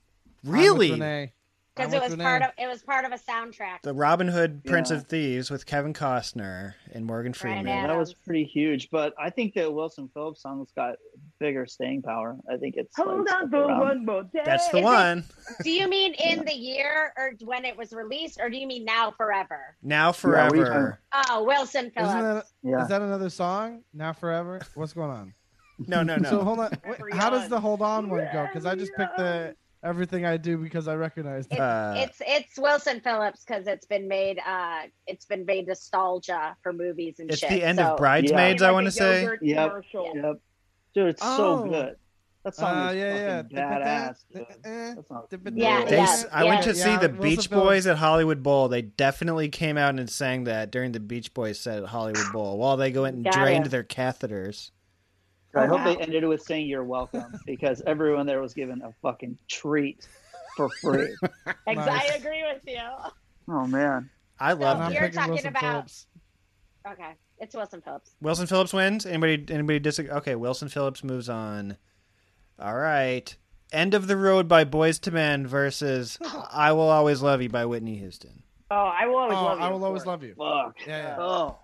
Really? Because it was part of it was part of a soundtrack. the Robin Hood Prince Yeah. of Thieves with Kevin Costner and Morgan Freeman. That was pretty huge, but I think that Wilson Phillips song's got bigger staying power. I think it's Hold like, on stuck for around. one more day. That's the Is it- one. [LAUGHS] Do you mean in the year or when it was released, or do you mean now forever? Now Yeah, we- forever. Oh, Wilson Isn't Phillips. that, Yeah. is that another song? Now forever? What's going on? [LAUGHS] No, no, no. So hold on. Wait, how does the hold on one go? Because I just picked the everything I do because I recognize that. Uh, it's it's Wilson Phillips because it's been made uh it's been made nostalgia for movies and It's shit. the end so, of Bridesmaids, I want to say. Yep. Yep. Dude, it's Oh. so good. That song Uh, is yeah, fucking yeah. badass. dude. That song's amazing. They s- I went to see the Beach Boys at Hollywood Bowl. They definitely came out and sang that during the Beach Boys set at Hollywood Bowl while they went and Got drained it. their catheters. I hope wow. they ended it with saying you're [LAUGHS] welcome because everyone there was given a fucking treat for [LAUGHS] free. I agree with you. Oh man, I love So it. you're talking about okay, it's Wilson Phillips. Wilson Phillips wins. Anybody anybody disagree? Okay, Wilson Phillips moves on. All right. End of the Road by Boys to Men versus I Will Always Love You by Whitney Houston. Oh, I will always Oh, love you. I of will always course. love you. Fuck. Yeah. Oh.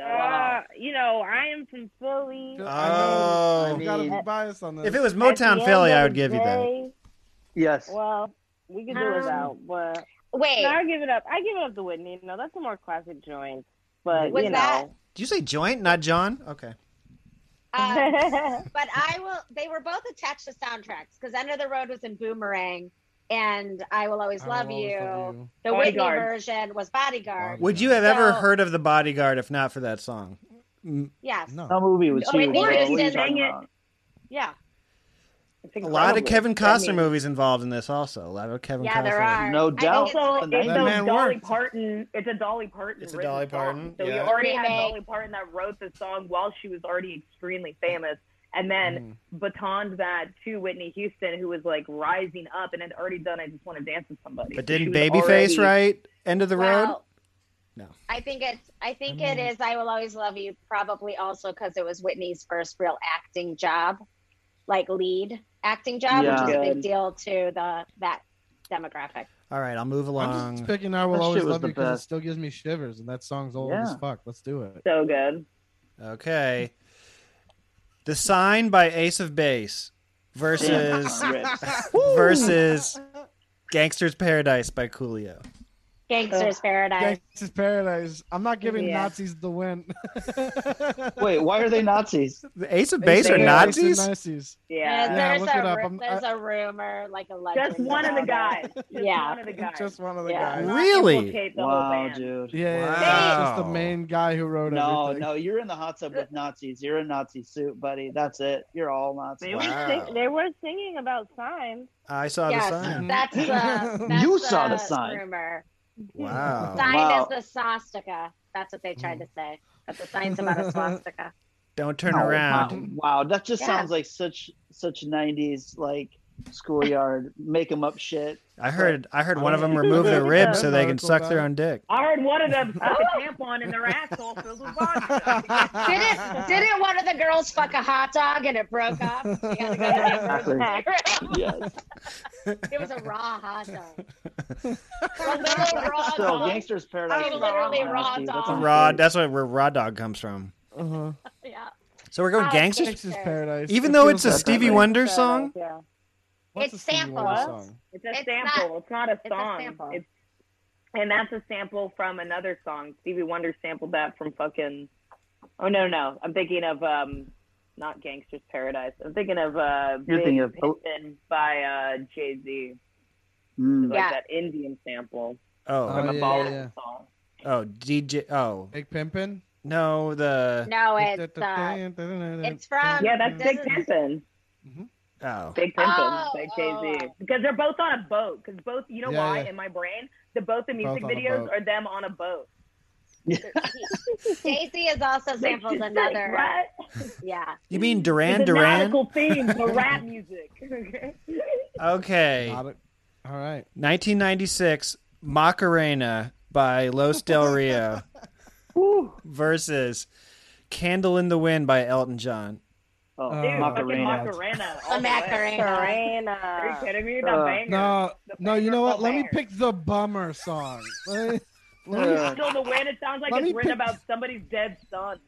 Uh, you know, I am from Philly. Oh. I've got to be mean- biased on this. If it was At the Motown end Philly, of I would the give you that. day- Yes. Well, we can do Um, without, but wait. no, I give it up. I give it up to Whitney. No, that's a more classic joint. But Was you know, that- Did you say joint, not John? Okay. [LAUGHS] Um, but I will. They were both attached to soundtracks because End of the Road was in Boomerang, and I Will Always, I Will love, Always you. Love You. The Bodyguard. Whitney version was Bodyguard. Would you have ever So- heard of The Bodyguard if not for that song? Mm, Yes. That movie was Oh, huge. Whitney What are you Houston. talking Dang it. about? Yeah. A lot of Kevin Costner means- movies involved in this also. A lot of Kevin Yeah, Costner. there are. movies. No And doubt. also, That it's a man Dolly worked. Parton. It's a Dolly Parton. It's a written Dolly song. Parton, So you yeah. already had Remake. Dolly Parton that wrote the song while she was already extremely famous, and then Mm-hmm. batoned that to Whitney Houston, who was like rising up and had already done "I Just Want to Dance with Somebody." But So she didn't was Babyface already- write End of the Road? Well, No. I think it's. I think Mm. it is. I will always love you. Probably also because it was Whitney's first real acting job, like lead acting job, Yeah. which is a big Good. deal to the that demographic. All right, I'll move I'm along. just picking I Will That shit Always was Love the You because best. it still gives me shivers, and that song's old Yeah. as fuck. Let's do it. So good. Okay. The Sign by Ace of Base versus versus Gangster's Paradise by Coolio. Gangster's Paradise. Gangster's Paradise. I'm not giving Yeah. Nazis the win. Wait, why are they Nazis? The Ace of Base Base are are Nazis? Nazis. Yeah. Yeah, there's look a it up. ru- I'm- there's a rumor, like a legend. Just one of the about guys. [LAUGHS] it. Just yeah. one of the [LAUGHS] guys. Just one of the guys. Really? Implicate the whole Wow, band. dude. Yeah, yeah, Wow. yeah. It's just the main guy who wrote No, everything. no, you're in the hot tub with Nazis. You're in Nazi suit, buddy. That's it. You're all Nazis. They were, sing- they were singing about signs. I saw Yes, the sign. that's the that's You saw the the sign. rumor. Wow. Sign Wow. is the swastika. That's what they tried Mm. to say. But the sign's about [LAUGHS] a swastika. Don't turn Oh, around. Wow, wow, that just Yeah. sounds like such such '90s like schoolyard make 'em up shit. I heard I heard one of them remove their ribs so they can suck their own dick. I heard one of them [LAUGHS] stuck Oh. a tampon in their asshole filled with vodka. [LAUGHS] didn't didn't one of the girls fuck a hot dog and it broke off? She had to go [LAUGHS] to the bathroom. Yes. it was a raw hot dog. A little raw So, dog. Gangster's Paradise. Oh, is literally all raw Nazis. That's dog. amazing. Rod, that's where where raw dog comes from. Uh-huh. Yeah. So we're going Oh, gangsters. Gangster's Paradise. Even It though feels it's a like that Stevie way. Wonder song, Yeah. What's it's a Stevie Wonder samples. song? It's a It's sample. it's not a it's a song. sample. It's- and that's a sample from another song. Stevie Wonder sampled that from fucking. Oh no no! I'm thinking of um, not Gangster's Paradise. I'm thinking of uh, You're Big thinking of- Pimpin' by uh, Jay Z. Mm. Like Yeah. that Indian sample oh, Oh, from a yeah, ballroom yeah. song. Oh, DJ. Oh, Big Pimpin'? no, the No, it's uh, it's from Yeah, that's Big this is- Pimpin'. oh. Big Pimpin' Oh, by Jay Z. oh. Because they're both on a boat. Because both, you know Yeah, why? yeah. In my brain, the both the music on a videos boat. are them on a boat. [LAUGHS] Jay Z has also Makes you sampled sick, another. right? [LAUGHS] Yeah. You mean Duran It's a Duran? nautical theme for rap music. Okay. Okay. Not a- All right. 1996 Macarena by Los Del Rio versus Candle in the Wind by Elton John. Oh, Dude, Fucking Macarena. Macarena. The all the way. Macarena. Are you Serena. kidding me? The Uh, banger. No, The no, you banger know of what? all Let me bangers. pick the bummer song. [LAUGHS] Let me- let me- Uh, Candle in the Wind. It sounds like Let it's me written pick- about somebody's dead son.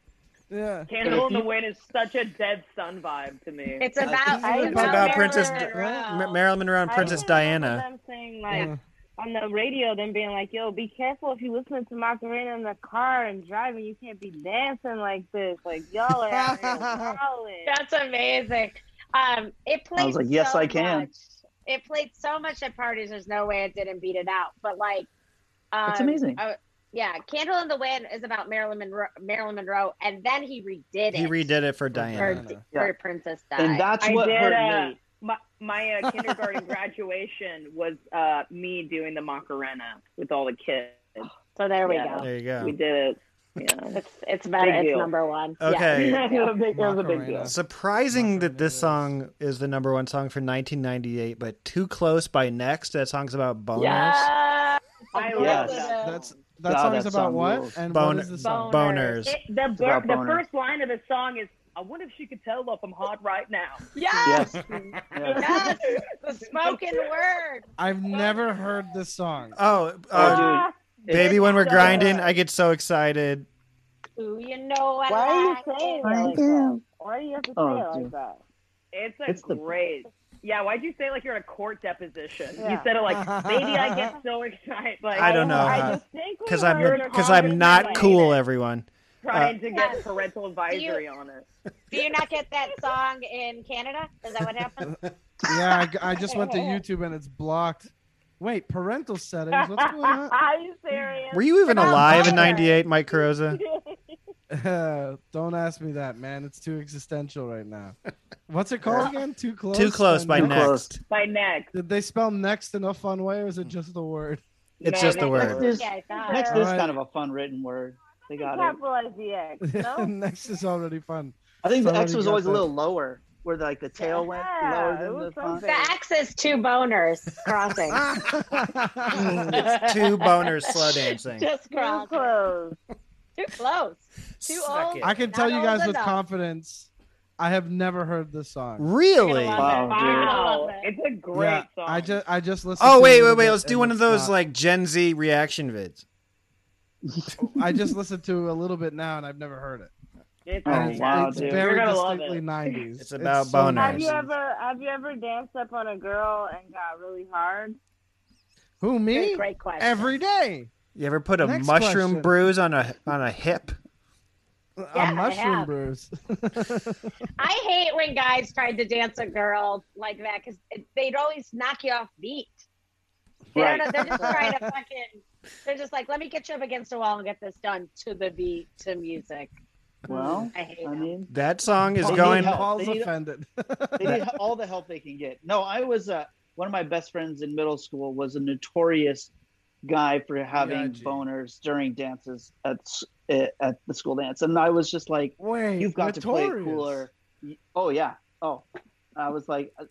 yeah. Candle in the you- Wind is such a dead son vibe to me. It's about, it's I- It's about, It's about Marilyn Princess Monroe. Ma- Marilyn Monroe and Princess I remember Diana. Them saying like Mm. on the radio, them being like, "Yo, be careful if you listen to Macarena in the car and driving. You can't be dancing like this. Like y'all are out [LAUGHS] here wildin'." That's amazing. Um, it played. I was like, yes, so I can. much. It played so much at parties. There's no way it didn't beat it out. But like, um, It's amazing. I- yeah, "Candle in the Wind" is about Marilyn Monroe, Marilyn Monroe, and then he redid it. He redid it for for, Diana. for Princess Di. and that's I what did, hurt uh, me. My, my uh, kindergarten graduation was uh, me doing the Macarena with all the kids. so there we Yeah. go. There you We go. did it. it's it's better. Big It's deal. number one. Yeah. Okay. it was a big, it was a big deal. Surprising that this song is the number one song for 1998, but Too Close by Next. That song's about boners. Yeah. I love Yes. it. That's that song's about what? And Boner- what is the song? Boners. It- the It's ver- about the boners. first line of the song is, "I wonder if she could tell if I'm hot right now." Yes. yes, [LAUGHS] the smoking word. I've never heard this song. Oh, uh, baby, when we're grinding, I get so excited. Do you know what? Why are you I saying do? it like that? Why do you have to say Oh, it dude. like that? It's a It's the- great. Yeah, why'd you say it like you're in a court deposition? You Yeah. said it like [LAUGHS] maybe I get so excited. Like "Oh, I don't know because I'm because I'm not cool, everyone. trying Uh, to get parental advisory You- on it. Do you not get that song in Canada? Is that what happened? [LAUGHS] yeah, I, I just went to YouTube and it's blocked. Wait, parental settings. [LAUGHS] What's going on? Are you serious? Were you even You're not alive in minor. '98, Mike [LAUGHS] Carosa? [LAUGHS] Don't ask me that, man. It's too existential right now. What's it called again? Too close. Too Close by Too Next. Close. By next. Did they spell next in a fun way, or is it just the word? It's No, just the next word. is- Yeah, I thought. Next All is right. kind of a fun written word. They got it. Capitalize the X. [LAUGHS] [LAUGHS] No. next is already fun. I think the Somebody X was got always a that. little lower, where like the tail went lower than the font. The X is two boners [LAUGHS] crossing. [LAUGHS] It's two boners slow dancing. Just crossing. Too close. [LAUGHS] Too close. Too Suck old. it. I can tell Not you guys old with enough. confidence, I have never heard this song. Really? Wow, it's a great Yeah, song. I just I just listened. Oh to wait, it wait, and wait! it- Let's do and one of it's those not- like Gen Z reaction vids. I [LAUGHS] just listened to a little bit now, and I've never heard it. It's, Oh, it's, wow, it's dude. very You're gonna love distinctly it. '90s. It's about so Oh, boners. Have you nice. ever have you ever danced up on a girl and got really hard? Who me? Great question. Every day. You ever put a Next mushroom question. bruise on a on a [LAUGHS] hip? Yeah, I a mushroom have. bruise. I hate when guys tried to dance a girl like that because they'd always knock you off beat. They Right. don't know. They're just trying [LAUGHS] to fucking. They're just like, let me get you up against a wall and get this done to the beat to music. Well, I hate. I them. mean, That song is They need going. help. Paul's They need- offended. they need all the help they can get. No, I was uh, one of my best friends in middle school was a notorious guy for having Yeah, gee. boners during dances at s- eh, at the school dance, and I was just like, Wait, "You've got to play it notorious. cooler." Y- Oh yeah, oh, I was like, uh,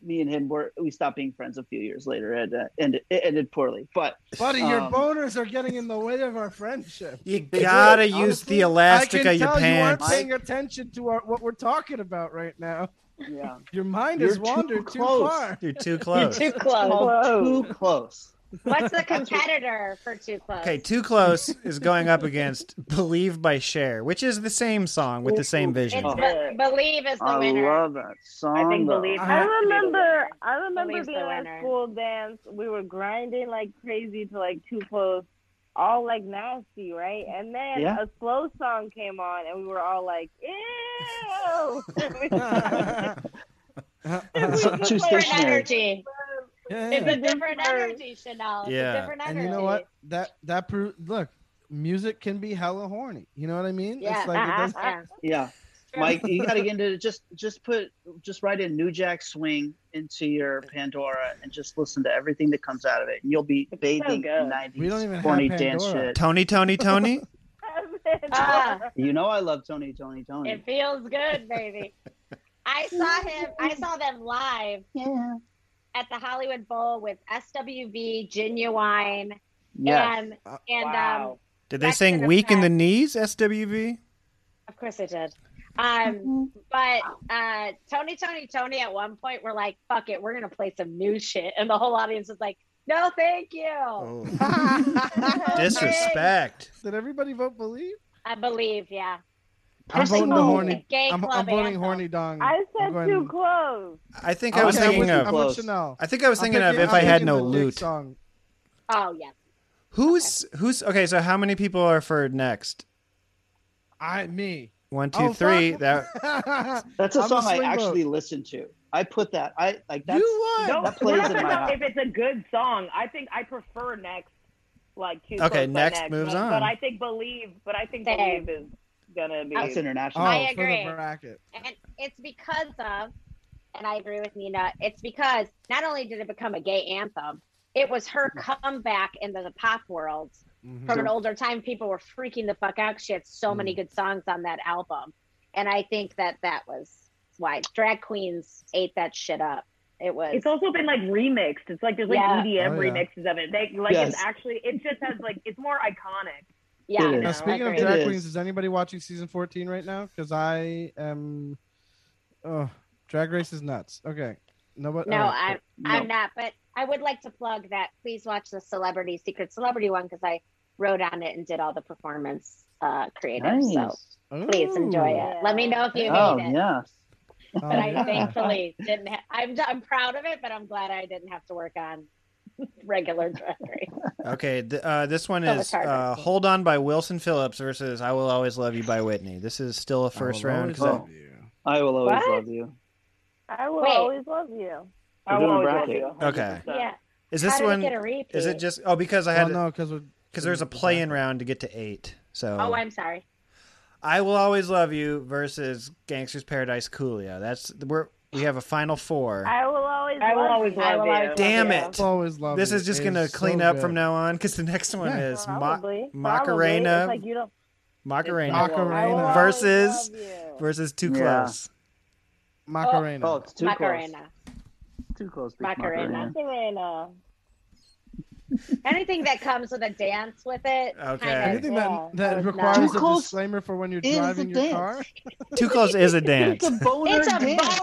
me and him were we stopped being friends a few years later, and uh, and it ended poorly. But Buddy, your um, boners are getting in the way of our friendship. You did. gotta use the I elastic can of your tell pants. You aren't paying attention to our, what we're talking about right now. yeah, [LAUGHS] Your mind You're has too wandered too, close. far. [LAUGHS] [LAUGHS] You're too close. Too close. called too close. What's the competitor for too close? Okay, too close is going up against "Believe" by Cher, which is the same song with the same vision. It's be- believe is the I winner. love that song. think though. Believe I has to be the remember I remember Believe's being the at winner. school dance. We were grinding like crazy to like two close, all like nasty, right? And then Yeah. a slow song came on and we were all like, [LAUGHS] Ew [LAUGHS] It's It's too different Different stationary. energy. It's a different energy, Chanel. It's Yeah. a different And energy. you know what? That that pro- look, music can be hella horny. You know what I mean? Yeah. Uh-huh. It's like it doesn't- yeah. Yeah. Mike, you gotta [LAUGHS] get into just just put just write in New Jack Swing into your Pandora and just listen to everything that comes out of it, and you'll be bathing good. in nineties We don't even have corny dance Pandora. shit. Tony, Tony, Tony. Ah. [LAUGHS] You know I love Tony, Tony, Tony. It feels good, [LAUGHS] baby. I saw him. I saw them live yeah. at the Hollywood Bowl with SWV, Genuine, Yes. and and um, Wow. Did they That's sing gonna "Weak in pass. the Knees"? SWV. of course it did. Mm-hmm. Um, but uh, Tony, Tony, Tony, at one point were like, "Fuck it, we're gonna play some new shit," and the whole audience was like, "No, thank you." No, [LAUGHS] Disrespect. Did everybody vote believe? thanks. I believe, yeah. [LAUGHS] I'm voting the Personal horny. gay I'm, I'm club voting anthem. horny dong. I I'm said going- too close. I think Okay, I was I'm thinking with you. of. I'm Close. with Chanel. I think I was I'm thinking of picking- "If I'm I Had picking No the dick Loot." Song. Oh yeah. Who's who's okay? So how many people are for next? I me. One, Oh, two, fuck. three. That [LAUGHS] [LAUGHS] That's a I'm a song I swing vote. actually listen to. I put that. I like that's you won. [LAUGHS] No, That we're plays not in talking my about house. if it's a good song. I think I prefer next, like two. Okay, Close by Next moves but, on. But I think believe. But I think Same. believe is gonna [LAUGHS] be. that's Oh, international. I for agree. the bracket. and it's because of and i agree with nina it's because not only did it become a gay anthem it was her comeback into the pop world Mm-hmm. from an older time. People were freaking the fuck out. 'cause She had so many good songs on that album, and I think that that was why drag queens ate that shit up. It was. It's also been like remixed. It's like there's like E Yeah. EDM Oh, yeah. remixes of it. They like Yes. it's actually it just has like it's more iconic. Now, you know, speaking like, of right? drag queens, is anybody watching season 14 right now? Because I am. Oh, Drag Race is nuts. Okay. oh. Nobody. No, all right, I'm cool. I'm not. But I would like to plug that. Please watch the celebrity secret celebrity one because I wrote on it and did all the performance uh, creative. So please enjoy it. Let me know if you oh hate it. yeah. But Oh, I [LAUGHS] thankfully didn't. Ha- I'm I'm proud of it, but I'm glad I didn't have to work on [LAUGHS] regular drag race. Okay, th- uh, this one So is it's hard. uh, "Hold On" by Wilson Phillips versus "I Will Always Love You" by Whitney. This is still a first Will round. Always 'cause I- Love I will always What? love you. I will Wait. always love you. We're I doing will a always love bracket. you. Okay. [LAUGHS] Yeah. Is How this did it one? get a Is it repeat? just? Oh, because I had Well, no, because because there's a play-in round to get to eight. So Oh, I'm sorry. I will always love you versus Gangsters Paradise Coolio. That's we're we have a final four. I will always. I will love always you. love you. Damn it! I'll always love this you is just is gonna so clean up good. from now on because the next one Yeah. is Ma- Probably. Macarena Probably. It's like you don't. Macarena, I will always versus versus too Yeah. close. Macarena. Oh, it's too Macarena. close. Too close. to Macarena. Macarena. Macarena. Anything that comes with a dance with it. Okay. kinda- Anything yeah, that, that was requires nuts. a disclaimer for when you're is driving the your dance. [LAUGHS] car. Too close is a dance. boner It's a dance.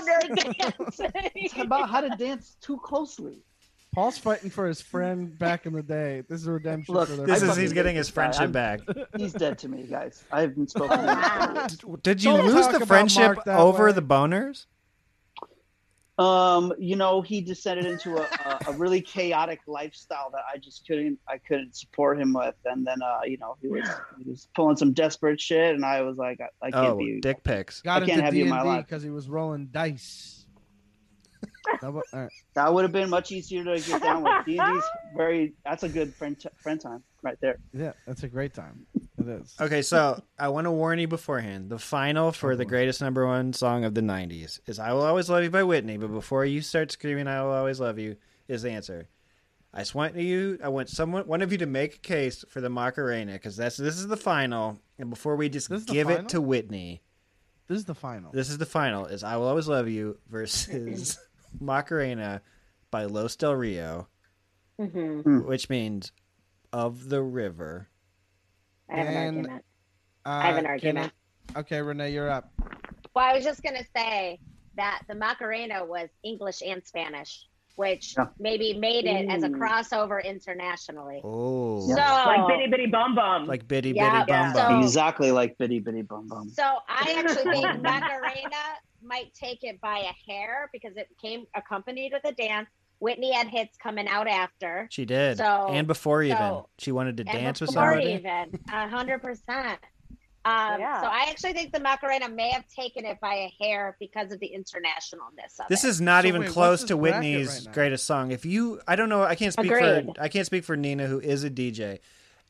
[LAUGHS] boner dance. it's about how to dance too closely. Paul's fighting for his friend back in the day. This is redemption. Look, for the I This is fucking he's hate getting this his guy. friendship I'm- back. He's dead to me, guys. I haven't spoken. to him. Did you Don't lose talk the about friendship Mark that over way. the boners? Um, you know, he descended into a, a, a really chaotic lifestyle that I just couldn't I couldn't support him with. And then uh, you know, he was he was pulling some desperate shit, and I was like, I, I can't Oh, be. dick pics. Got I can't have into you in my D&D life. because he was rolling [LAUGHS] dice. Double- all right. That would have been much easier to get down with. D and D's very. That's a good friend t- friend time right there. Yeah, that's a great time. It is. Okay, so I want to warn you beforehand. The final for Oh. the greatest number one song of the '90s is "I Will Always Love You" by Whitney. But before you start screaming "I Will Always Love You" is the answer. I just want you. I want someone, one of you, to make a case for the Macarena because that's this is the final. And before we just This is the give it final? to Whitney, This is the final. this is the final. Is "I Will Always Love You" [LAUGHS] versus Macarena by Los Del Rio, Mhm. which means "Of the River." I have an And, argument. Uh, have an can argument. I- okay, Renee, you're up. Well, I was just gonna say that the Macarena was English and Spanish, which Yeah. maybe made it as a Ooh. crossover internationally. Oh, So, Like bitty bitty bum bum. like bitty bitty Yeah, bum so- bum. Exactly like bitty bitty bum bum. so I actually think Macarena might take it by a hair because it came accompanied with a dance. Whitney had hits coming out after. She did, So- and before even so- she wanted to And dance with before somebody. Even a hundred percent. Um, Yeah. So I actually think the Macarena may have taken it by a hair because of the internationalness of This it. is not So even wait, what's close this to bracket Whitney's right now? greatest song. If you, I don't know, I can't speak Agreed. for I can't speak for Nina, who is a DJ.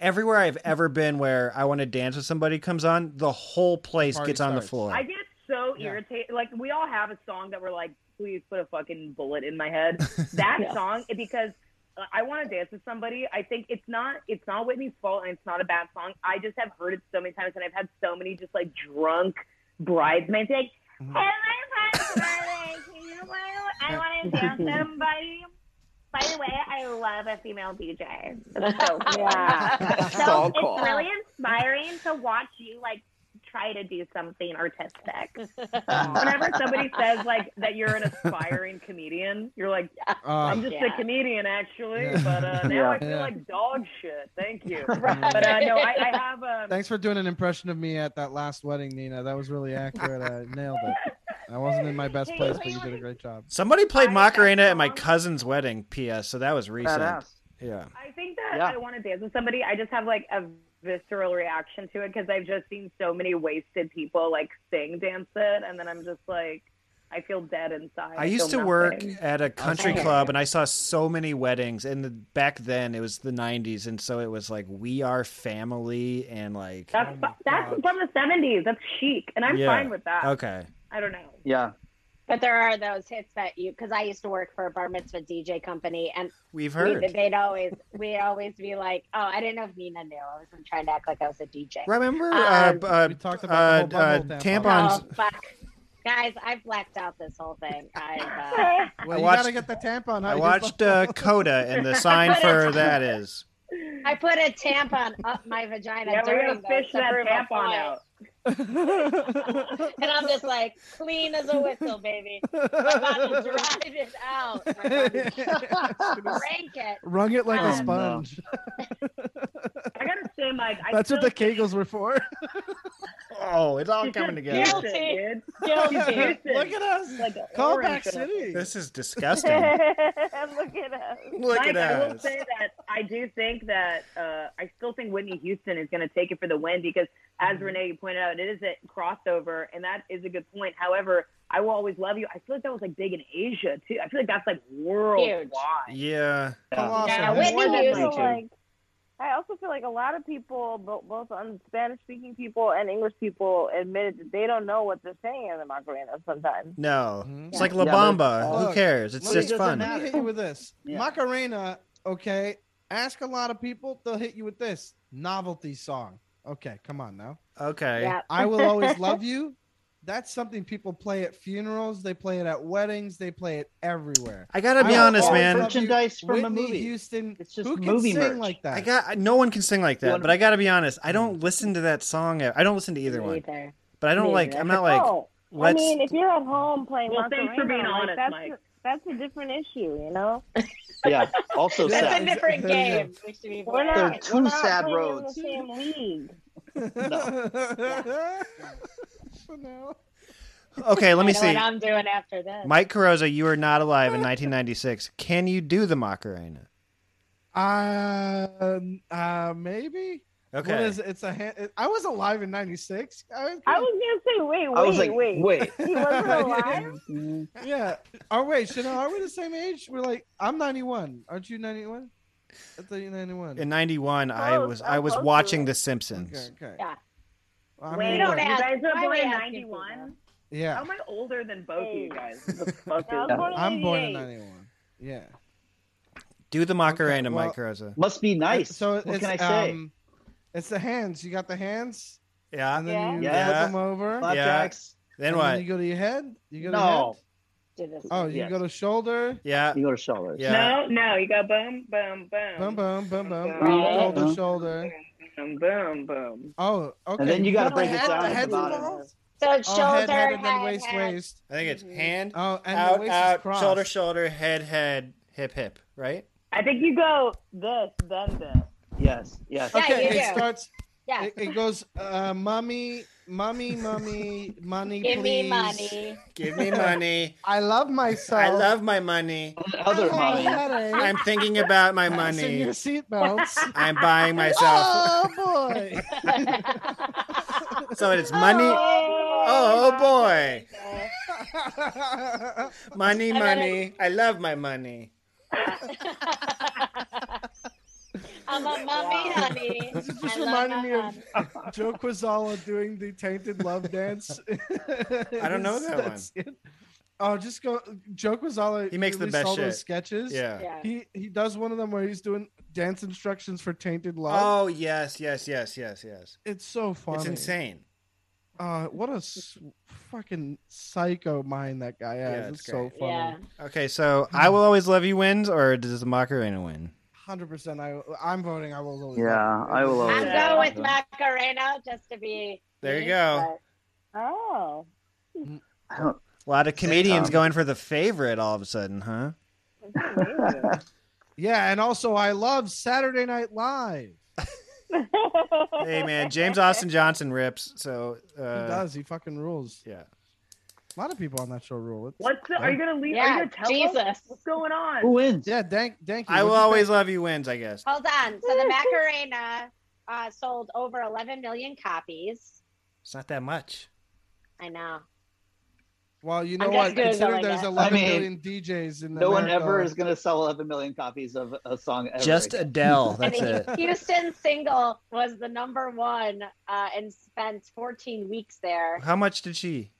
Everywhere I've ever been where I want to dance with somebody comes on, the whole place Party gets on the starts. floor. I get so Yeah. irritated. Like we all have a song that we're like, please put a fucking bullet in [LAUGHS] my head. That Yeah. song because uh, I want to dance with somebody. I think it's not it's not Whitney's fault and it's not a bad song. I just have heard it so many times and I've had so many just like drunk bridesmaids like, hey, Mm-hmm. my friends, are like, you know what? [LAUGHS] I want to dance with somebody. By the way, I love a female DJ. It's [LAUGHS] so cool. Yeah. So So it's cool. really inspiring to watch you like try to do something [LAUGHS] [LAUGHS] artistic. Whenever somebody says like that you're an aspiring comedian, you're like, Uh, I'm just Yeah. a comedian actually, Yeah. [LAUGHS] but uh, now I Yeah. feel Yeah. like dog shit. Thank you. Right. But uh, no, I, I [LAUGHS] have um, thanks for doing an impression of me at that last wedding, Nina. That was really accurate. I nailed it. I wasn't in my best Hey, place, but wait, you did a wait. great job. Somebody played I- Macarena that at my song- cousin's wedding. P.S. So that was [LAUGHS] recent. Badass. Yeah. I think that Yeah. I want to dance with somebody. I just have like a visceral reaction to it because I've just seen so many wasted people like sing dance it, and then I'm just like, I feel dead inside. I used to feel work nothing. at a country Okay. club and I saw so many weddings and the, back then it was the 90s and so it was like we are family and like That's Oh my that's God. from the '70s. That's chic, and [LAUGHS] I'm Yeah. fine with that. okay. I don't know. Yeah. But there are those hits that you, because I used to work for a bar mitzvah DJ company, and We've we- heard. they'd always we'd always be like, "Oh, I didn't know if Nina knew. I wasn't trying to act like I was a DJ." Um, Remember, uh, uh, about the uh, whole uh, bundle tampons. Oh, fuck. Guys, I've blacked out this whole thing. I, uh, Well, I you gotta get watched- the tampon. I watched uh, Coda, and the [LAUGHS] sign for that is I put a tampon up my vagina Yeah, we during gotta those fish to that prove a tampon point. out. [LAUGHS] and I'm just like clean as a whistle, baby. I'm about to [LAUGHS] drive it [LAUGHS] out. [LAUGHS] I'm about [LAUGHS] to Crank it. Wrung it like Um, a sponge. I gotta say, Mike, [LAUGHS] I That's still what the Kegels were for. [LAUGHS] oh, it's all coming together. Guilty. Guilty. Look at us. Like an Call back orange girl. city. This is Look [LAUGHS] [LAUGHS] disgusting. at us. Look Mike, at I will us. say that I do think that uh, I still think Whitney Houston is going to take it for the win because, as Mm-hmm. Renee you pointed out, it is a crossover, and that is a good point. However, I will always love you. I feel like that was like big in Asia too. I feel like that's like worldwide. Yeah. Yeah, Whitney More than Houston, that. like- I also feel like a lot of people, bo- both on Spanish-speaking people and English people, admitted that they don't know what they're saying in the Macarena sometimes. No, it's like Yeah, La but- Bamba. Who Hmm? Look, cares? It's let me- just fun. Let me hit you with this. Macarena, okay. Ask a lot of people, they'll hit you with this novelty song. Okay, come on now. Okay. I will [LAUGHS] always [LAUGHS] love you. That's something people play at funerals. They play it at weddings. They play it everywhere. I gotta be will honest, always man. love you, Merchandise from a Whitney movie. Houston. It's just who can movie sing merch. like that? I got I- no one can sing like that, wanna- but I gotta be honest. I don't listen to that song. e, I don't listen to either one. But I don't Me like. either. I'm not like. Oh, I Let's. mean, if you're at home playing Well, Macarena, thanks for being like, honest, that's, Mike. that's a different issue, you know? Yeah. Also That's sad. a different There you game. go. We should be We're black. not, There are two we're not sad playing roads. In the same league. Okay, let me I know see. What I'm doing after this. Mike Carosa, you were not alive [LAUGHS] in 1996. Can you do the Macarena? Uh, uh, maybe. Okay. What is it? It's a hand. I was alive in '96. I, I was gonna say, wait, wait, I was like, wait. wait. [LAUGHS] He [LAUGHS] wasn't alive. yeah. Oh wait, Chanel, are we the same age? We're like, I'm 91. Aren't you 91? I thought you're 91. In 91, I Oh, Oh, was I was watching The Simpsons. Okay. Yeah. I Wait, mean, you look, guys Why are are we born in asking people 91? How yeah. am I older than both of you guys? Oh, I'm born in 91. Yeah. Do the Macarena, well- Mike Carosa. Must be nice. So what it's, can I say? Um, it's the hands. You got the hands, Yeah. and then you Yeah. flip them over. Flapjacks. Then and what? Then you go to your head. You go to No. head. Oh, you Yes. go to shoulder. [LAUGHS] Yeah. You go to shoulders. No, no, you go boom, boom, boom. Oh, Boom, boom, boom, boom. Yeah. Shoulder, Yeah. shoulder. Boom, boom, boom. Oh, okay. And then you gotta Not break the it head, down the at the head's bottom. involved? So it's Oh, shoulder, head, head, and then head, waist, head. Mm-hmm. waist. I think it's hand Oh, and the out, waist is out, crossed. shoulder, shoulder, head, head, hip, hip. Right? I think you go this, then this. [LAUGHS] Yes. Yes. Yeah, Okay, you it do. starts. Yeah. It, it goes, uh, mommy, mommy, [LAUGHS] mommy, money, Give please. me money. Give me money. [LAUGHS] I love myself. I love my money. Other I have a money. headache. I'm thinking about my Fasten money. your [LAUGHS] seatbelts. I'm buying myself. oh boy! [LAUGHS] So [LAUGHS] it's money. Oh [LAUGHS] boy. Money, And then money. I love my money. I'm a mummy, honey. This is just I love reminding me my of [LAUGHS] Joe Quazala doing the tainted [LAUGHS] love dance. I don't know that one. Oh, just go. Joe Quazala. He makes the released best all those shit. sketches. Yeah. Yeah. He he does one of them where he's doing dance instructions for tainted love. Oh yes, yes, yes, yes, yes. it's so funny. It's insane. Uh, what a s- fucking psycho mind that guy has. Yeah, it's it's so great. funny. Yeah. Okay, so Hmm. I will always love you wins, or does the Macarena win? Hundred percent. I I'm voting. I will. always Yeah, vote. I will always I'm Yeah. going with Macarena just to be. There you mean, go. Oh. I don't- A lot of comedians Sitcom. going for the favorite all of a sudden, huh? Yeah, and also I love Saturday Night Live. Hey man, James Austin Johnson rips. So uh, he does. He fucking rules. Yeah. A lot of people on that show rule. It's, What's the, are you gonna leave? Are Yeah, you gonna tell us Jesus. what's going on? Who wins? yeah, thank, thank you. I will What'd you always think? love you wins. I guess. Hold on. So the Macarena uh, sold over 11 million copies. It's not that much. I know. Well, you I'm know just what? Googling Considering it. there's I 11 mean, million DJs in No one America. ever is going to sell 11 million copies of a song ever. Just again. [LAUGHS] Adele. And That's it. [LAUGHS] the Houston single was the number one uh, and spent 14 weeks there. How much did she?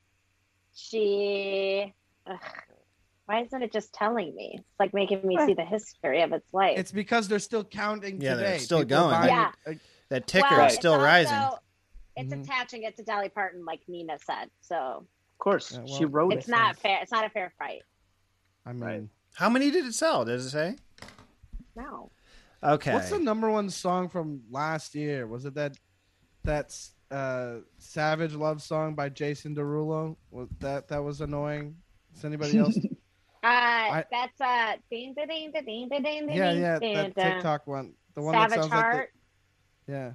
She Ugh. Why isn't it just telling me? It's like making me see the history of its life. It's because they're still counting Yeah, today. they're still People going. buy That- it, uh, That ticker Well, is it's still also- rising. It's Mm-hmm. Mhm. attaching it to Dolly Parton, like Nina said. So Of course, she wrote it's not fair. It's not a fair fight. I mean, how many did it sell? Does it say? No. Okay. What's the number one song from last year? Was it that that's uh Savage Love song by Jason Derulo? Was that that was annoying? [LAUGHS] Is anybody else? Uh, I- that's uh, ding, ding, ding, ding, ding, ding, ding, yeah, ding, yeah, ding, that ding. TikTok one. The one uh, Savage that sounds Heart. like the, Yeah.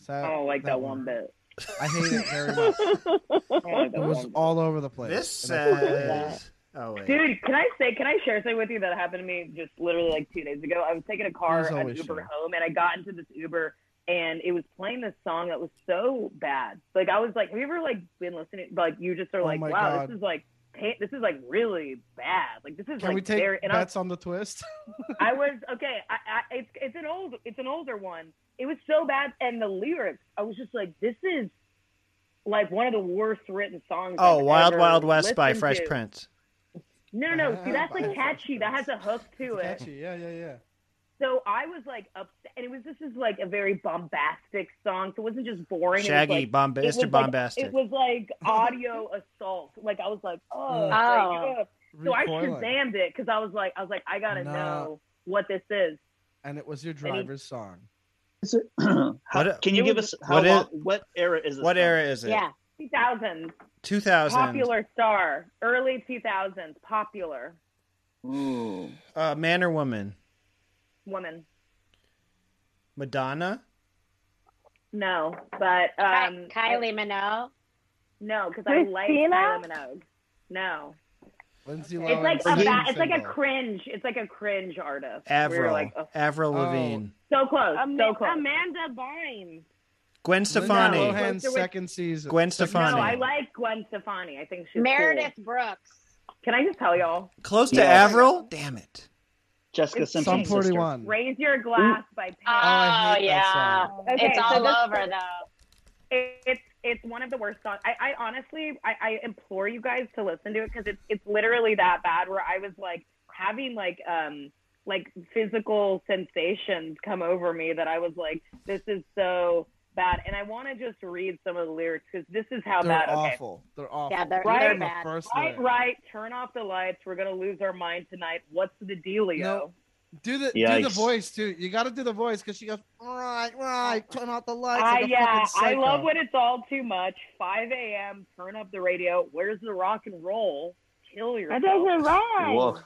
Sa- I don't like that one bit. I hate it [LAUGHS] very much. Oh, it was all over the place. This And I- says. Oh wait. Dude, can I say, can I share something with you that happened to me just literally like two days ago? I was taking a car, Please an always Uber share. home, and I got into this Uber and it was playing this song that was so bad. Like I was like, have you ever like been listening? Like you just are Oh like, my wow, God. this is like, pa- this is like really bad. Like this is Can like we take very. And I was bets on the twist? I was okay. I, I, it's it's an old it's an older one. It was so bad, and the lyrics. I was just like, this is like one of the worst written songs. Oh, I've Wild ever Wild West by listened Fresh to. Prince. No, no, no. See, that's Ah, like by Fresh catchy. That has a hook to it. Catchy, yeah, yeah, yeah. So I was like upset, and it was this is like a very bombastic song. So it wasn't just boring. it was, Shaggy, like, bomba- it Mr. was, like- Bombastic. it was like audio assault. Like I was like, oh, Mm. like, Oh. ugh. so I Recoiling. shazammed it because I was like, I was like, I [LAUGHS] gotta No. know what this is. And it was your driver's song. What, Can you It give was- us how What is- long, what era is this? what from? era is it? Yeah, 2000 Two thousand. popular star, early 2000s popular Ooh. Uh, man or woman? woman. Madonna. No, but um, Kylie Minogue. No, because I like Christina? Kylie Minogue. No, Lindsay it's like Lohan. a singing ba- it's like a single. cringe. It's like a cringe artist. We were Avril. like, oh, Avril Oh. Lavigne. so close, Ama- so close. Amanda Bynes. Gwen Stefani. Lindsay Lohan's Closer with- second season. Gwen Stefani. No, I like Gwen Stefani. I think she's Meredith cool. Brooks. Can I just tell y'all? Close to Yeah. Avril. Damn it. Jessica It's Simpson's Sum sister. 41. Raise Your Glass by Pink. Oh, I hate that song. Okay, it's so all this- over though. it- it's it's one of the worst songs. I, I honestly, I, I implore you guys to listen to it because it's it's literally that bad. Where I was like having like um like physical sensations come over me that I was like, this is so bad. And I want to just read some of the lyrics because this is how They're bad. Okay. awful. They're awful. Yeah, they're, Right, they're Even the bad. first Right, lyric. right. Turn off the lights. We're gonna lose our mind tonight. What's the dealio? No. Do the do the Yikes. voice too. You got to do the voice because she goes right, right. Turn out the lights. Oh, I, like a yeah, fucking I psycho. love when it's all too much. 5 a.m. Turn up the radio. Where's the rock and roll? Kill That yourself. doesn't rhyme. Whoa.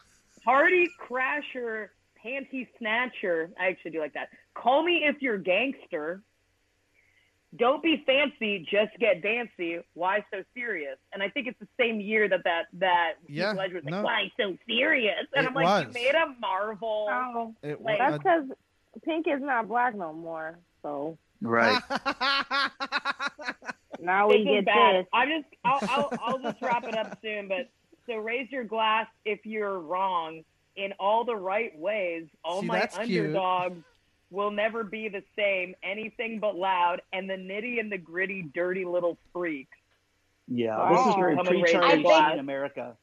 Party crasher, panty snatcher. I actually do like that. Call me if you're gangster. Don't be fancy, just get dancy. Why so serious? And I think it's the same year that that that Heath Yeah, Ledger was like, no. "Why so serious?" And It I'm like, was. "You made a Marvel." No. It Like- That's was, because Pink is not black no more. So [LAUGHS] Right. now we This is get bad. this. I just, I'll, [LAUGHS] I'll, I'll just wrap it up soon. But so raise your glass if you're wrong in all the right ways. All See, my that's cute. underdogs will never be the same. Anything but loud. And the nitty and the gritty, dirty little freaks. Yeah, Wow. this is very pre Coming right I Charlie think- Sheen in America.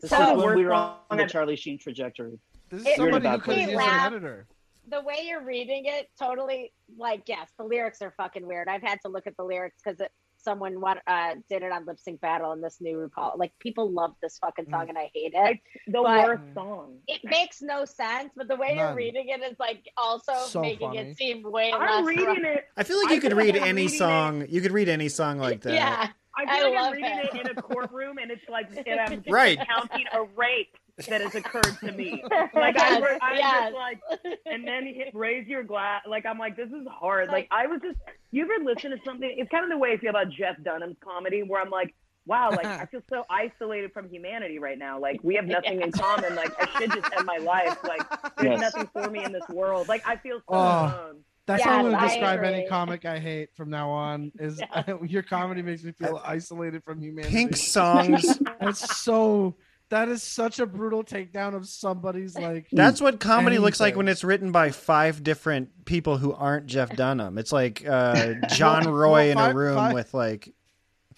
This So- is when we were on Worst the song- Charlie Sheen trajectory. this It- is somebody who Weird could about have used that. an editor. The way you're reading it, totally like yes, the lyrics are fucking weird. I've had to look at the lyrics because someone wa- uh, did it on Lip Sync Battle and this new RuPaul. Like people love this fucking Mm. song and I hate it. The But- worst song. It makes no sense, but the way you're None. reading it is like also So making funny. it seem way less. I'm reading it. I feel like I you could feel like read I'm any reading it. song. You could read any song like that. yeah. I I feel like love I'm reading it. it. in a courtroom, and [LAUGHS] it's like, and I'm just Right. recounting a rape that has occurred [LAUGHS] [LAUGHS] to me. Like I, Yes, I'm yes. [LAUGHS] just like, and then hit, raise your glass. Like I'm like, this is hard. Like I was just, you ever listen to something? It's kind of the way I feel about Jeff Dunham's comedy, where I'm like, wow, like Uh-huh. I feel so isolated from humanity right now. Like we [LAUGHS] have nothing in common. Like I should just end my life. Like there's Yes. nothing for me in this world. Like I feel so Oh. alone. That's Yes, how I'm going I to describe any agree. comic I hate from now on. [LAUGHS] Is [LAUGHS] your comedy makes me feel isolated from humanity. Pink songs. [LAUGHS] That's so. That is such a brutal takedown of somebody's like. [LAUGHS] That's what comedy looks like Anything. when it's written by five different people who [LAUGHS] aren't Jeff Dunham. It's like uh, John Roy in a five- room five- with like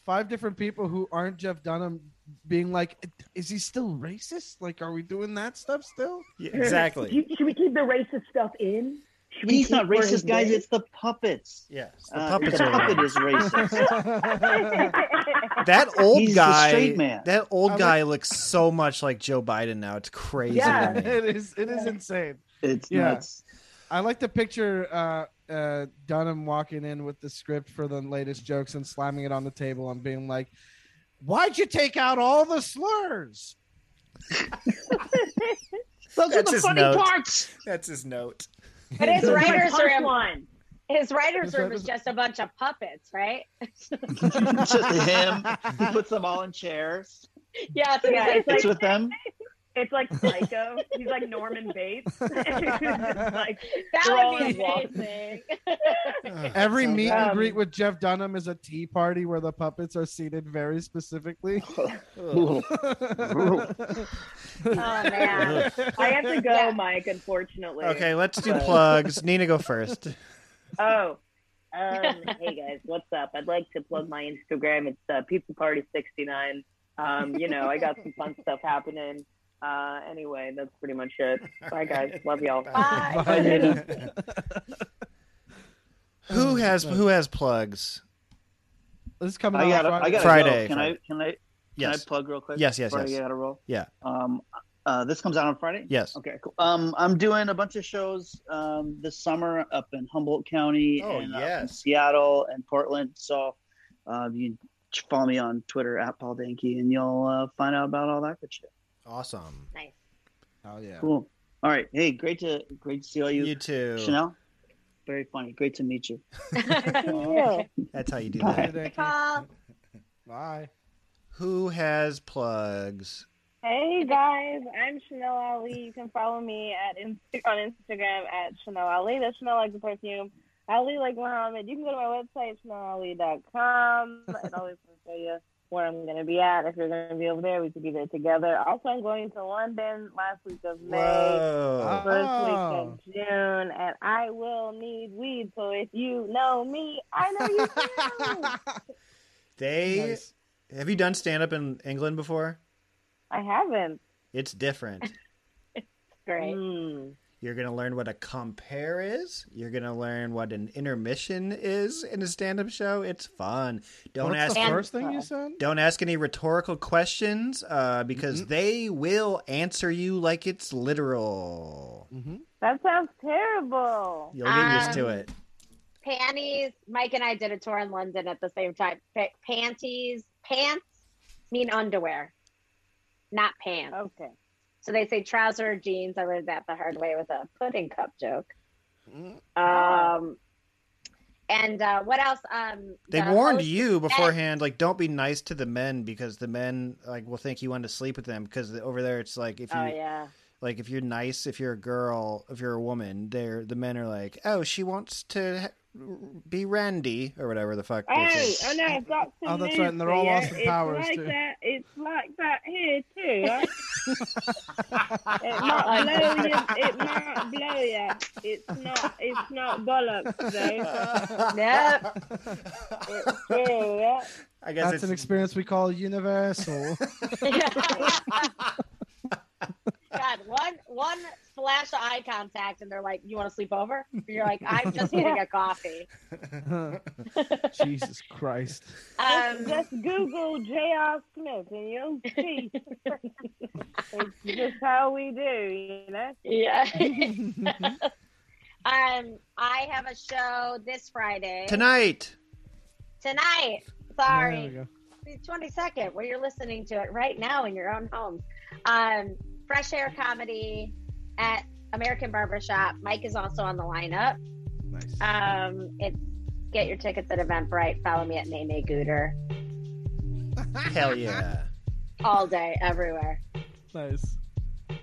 five different people who aren't Jeff Dunham being like, is he still racist? Like, are we doing that stuff still? Yeah, [LAUGHS] Do you- should we keep the racist stuff in? Should we He's keep not where his racist, guys. name- It's the puppets. Yes, [LAUGHS] the puppets Uh, The are puppet racist. is [LAUGHS] racist. [LAUGHS] That old He's the guy, straight man. that old I'm guy looks so much like Joe Biden now. It's crazy. Yeah, to [LAUGHS] me. it is. It is insane. [LAUGHS] It's yeah. nuts. I like to picture uh, uh, Dunham walking in with the script for the latest jokes and slamming it on the table and being like, "Why'd you take out all the [LAUGHS] slurs?" Those That's his note. parts. That's his note. [LAUGHS] But [LAUGHS] his My writer's room, punchline. his writer's His room is just a bunch of puppets, right? [LAUGHS] Just him. He puts them all in chairs. yeah, it's, Yeah, it's it's like, It's with them. It's like Psycho. He's like Norman Bates. [LAUGHS] like, we're that all would be in one. amazing. [LAUGHS] Every meet and Um, greet with Jeff Dunham is a tea party where the puppets are seated very [LAUGHS] specifically. [LAUGHS] Oh man, I have to go, Mike. Unfortunately. Okay, let's do But- plugs. Nina, go first. [LAUGHS] Oh. Um, hey guys, what's up? I'd like to plug my Instagram. It's uh, Pizza Party sixty nine. Um, you know, I got some fun stuff happening. Uh, anyway, that's pretty much it. Bye guys, love y'all. Bye. Bye, Nina. Who has who has plugs? Oh, This is coming I out got. Friday. I got. Friday, Can Friday. I? Can I? Can Yes. I plug real quick? Yes, yes, before yes. I gotta roll. Yeah. Um, uh, this comes out on Friday. Yes. Okay. Cool. Um, I'm doing a bunch of shows um, this summer up in Humboldt County Oh, and uh, yes. Seattle and Portland. So um, you ch- follow me on Twitter at Paul Danke, and you'll uh, find out about all that good shit. Awesome. Nice. Oh yeah. Cool. All right. Hey, great to great to see all you, You too. Chanel. Very funny. Great to meet you. That's how you do Oh. Bye. that. Thank you. Paul. Bye. Who has plugs? Hey guys, I'm Chanel Ali. You can follow me at Inst- on Instagram at Chanel Ali. That's Chanel like the perfume. Ali like Muhammad. You can go to my website, ChanelAli.com. It always will show you where I'm going to be at. If you're going to be over there, we could be there together. Also, I'm going to London last week of May, Whoa. first Oh. week of June, and I will need weed. So if you know me, I know you [LAUGHS] too. They Nice. have you done stand up in England before? I haven't. It's different. Great. Mm. You're gonna learn what a compare is. You're gonna learn what an intermission is in a stand up show. It's fun. Don't What's ask the first thing you said? Don't ask any rhetorical questions uh, because they will answer you like it's literal. Mm-hmm. That sounds terrible. You'll get used to Um, it. Panties. Mike and I did a tour in London at the same time. Pa- Panties. Pants mean underwear, not pants. Okay. So they say trouser or jeans. I learned that the hard way with a pudding cup joke. Um, and uh, what else? Um, They the warned host- you beforehand, like don't be nice to the men because the men like will think you want to sleep with them because over there it's like if you Oh yeah. like if you're nice, if you're a girl, if you're a woman, they're the men are like, oh, she wants to ha- be randy or whatever the fuck. they say. Hey, I know I've got some Oh, that's news right, and they're for all you. Austin Powers, it's too. Like that, it's like [LAUGHS] that here too. Right? like it might blow you. It might blow you. It's not. It's not bollocks though. Yep. It's true. Yeah. I guess That's it's an experience we call [LAUGHS] universal. God, one one flash of eye contact, and they're like, "You want to sleep over?" And you're like, "I'm just getting a coffee." [LAUGHS] Jesus Christ. Um, Just Google J.R. Smith and you'll [LAUGHS] see. it's just how we do, you know. yeah. um, I have a show this [LAUGHS] Friday tonight. Tonight. There we Sorry. go. the 22nd where you're listening to it right now in your own home um, fresh air comedy at american barbershop mike is also on the lineup Nice. um, it's get your tickets at eventbrite follow me at may may gooter Hell yeah. all day [LAUGHS] everywhere Nice.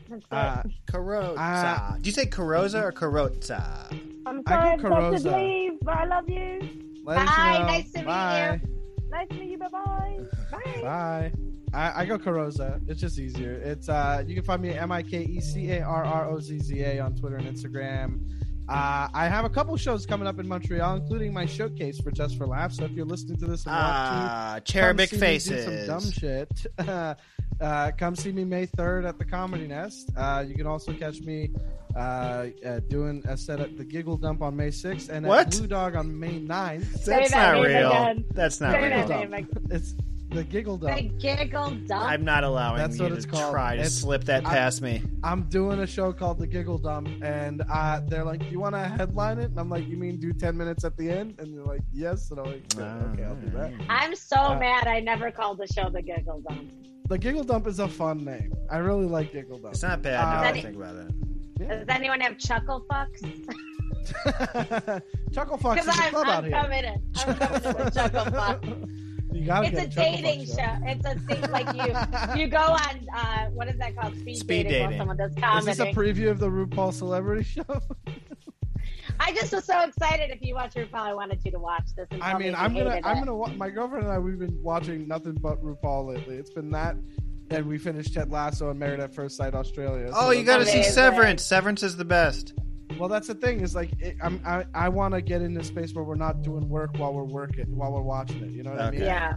That's it. Uh, Carozza. Uh, Ah, Do you say Carozza or Carozza? I'm I sorry, get I've got to Carozza. leave, but I love you. Let us Bye, know. nice to meet Bye. Nice to meet you. Bye bye. Bye. Bye. I, I go Caroza. It's just easier. It's uh, you can find me at M I K E C A R R O Z Z A on Twitter and Instagram. Uh, I have a couple shows coming up in Montreal, including my showcase for Just for Laughs. So if you're listening to this and want Ah, to come cherubic see me do some faces. dumb shit, [LAUGHS] uh, come see me May third at the Comedy Nest. Uh, you can also catch me uh, uh, doing a set at the Giggle Dump on May sixth and What? at Blue Dog on May 9th. Say That's that not name real. again. That's not Say that real. name It's the Giggle Dump. They giggle dump. I'm not allowing That's you what to it's called. try to It's- slip that I- past me. I'm doing a show called The Giggle Dump, and uh, they're like, "You want to headline it?" And I'm like, "You mean do ten minutes at the end?" And they're like, "Yes." And I'm like, Ah, "Okay, I'll do that." I'm so Uh, mad I never called the show the giggle dump. The Giggle Dump is a fun name. I really like Giggle Dump. Uh, It's not bad. now that I That- think about it. Does anyone have chuckle fucks? Chuckle Fucks Because is a I'm, club out I'm here. coming in. I'm coming [LAUGHS] in with chuckle fucks. You gotta It's get a [LAUGHS] Chuckle Fuck dating show. It's a thing like you you go on uh, what is that called? Speed, Speed dating, dating. while someone does Is comedy. this a preview of the RuPaul Celebrity [LAUGHS] Show? I just was so excited. If you watch RuPaul, I wanted you to watch this. And I tell mean, me if you I'm gonna, hated I'm it. gonna. Wa- my girlfriend and I, we've been watching nothing but RuPaul lately. It's been that, and we finished Ted Lasso and Married at First Sight Australia. So Oh, you that's- got to see Severance. Severance is the best. Well, that's the thing is like it, I'm, I I want to get in a space where we're not doing work while we're working while we're watching it. You know what I mean? Okay. Yeah.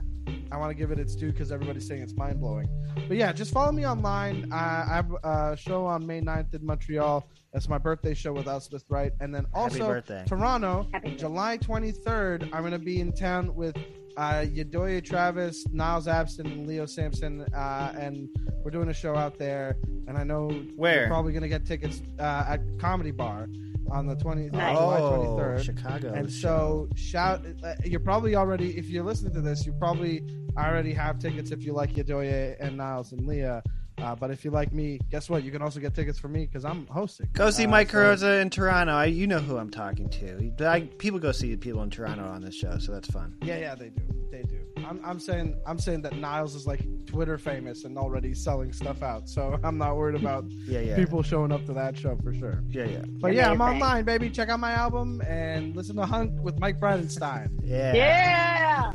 I want to give it its due because everybody's saying it's mind blowing. But yeah, just follow me online. I, I have a show on May 9th in Montreal. That's my birthday show with Al Smith Wright. And then also birthday. Toronto, July 23rd. I'm going to be in town with uh, Yadoya Travis, Niles Abston, and Leo Sampson. Uh, and we're doing a show out there. And I know Where? we're probably going to get tickets uh, at Comedy Bar on the 20th, Nice. July Oh, 23rd. Chicago And show. so shout uh, you're probably already if you're listening to this you probably already have tickets if you like Yadoye and Niles and Leah uh, but if you like me guess what you can also get tickets for me because I'm hosting Go see Uh, Mike so- Carosa in Toronto. I, you know who I'm talking to. I, people go see people in Toronto on this show, so that's fun. yeah yeah they do they do I'm, I'm saying I'm saying that Niles is like Twitter famous and already selling stuff out so [LAUGHS] I'm not worried about Yeah, yeah. people showing up to that show for sure Yeah, yeah. but yeah I'm online baby check out my album and listen to Hunk with Mike Bridenstine Yeah. Yeah.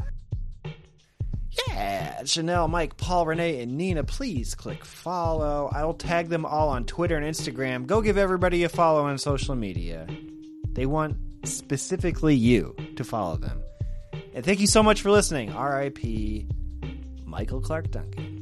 Yeah, Chanel, Mike, Paul, Renee, and Nina, please click follow. I'll tag them all on Twitter and Instagram. Go give everybody a follow on social media. They want specifically you to follow them. And thank you so much for listening. R.I.P. Michael Clark Duncan.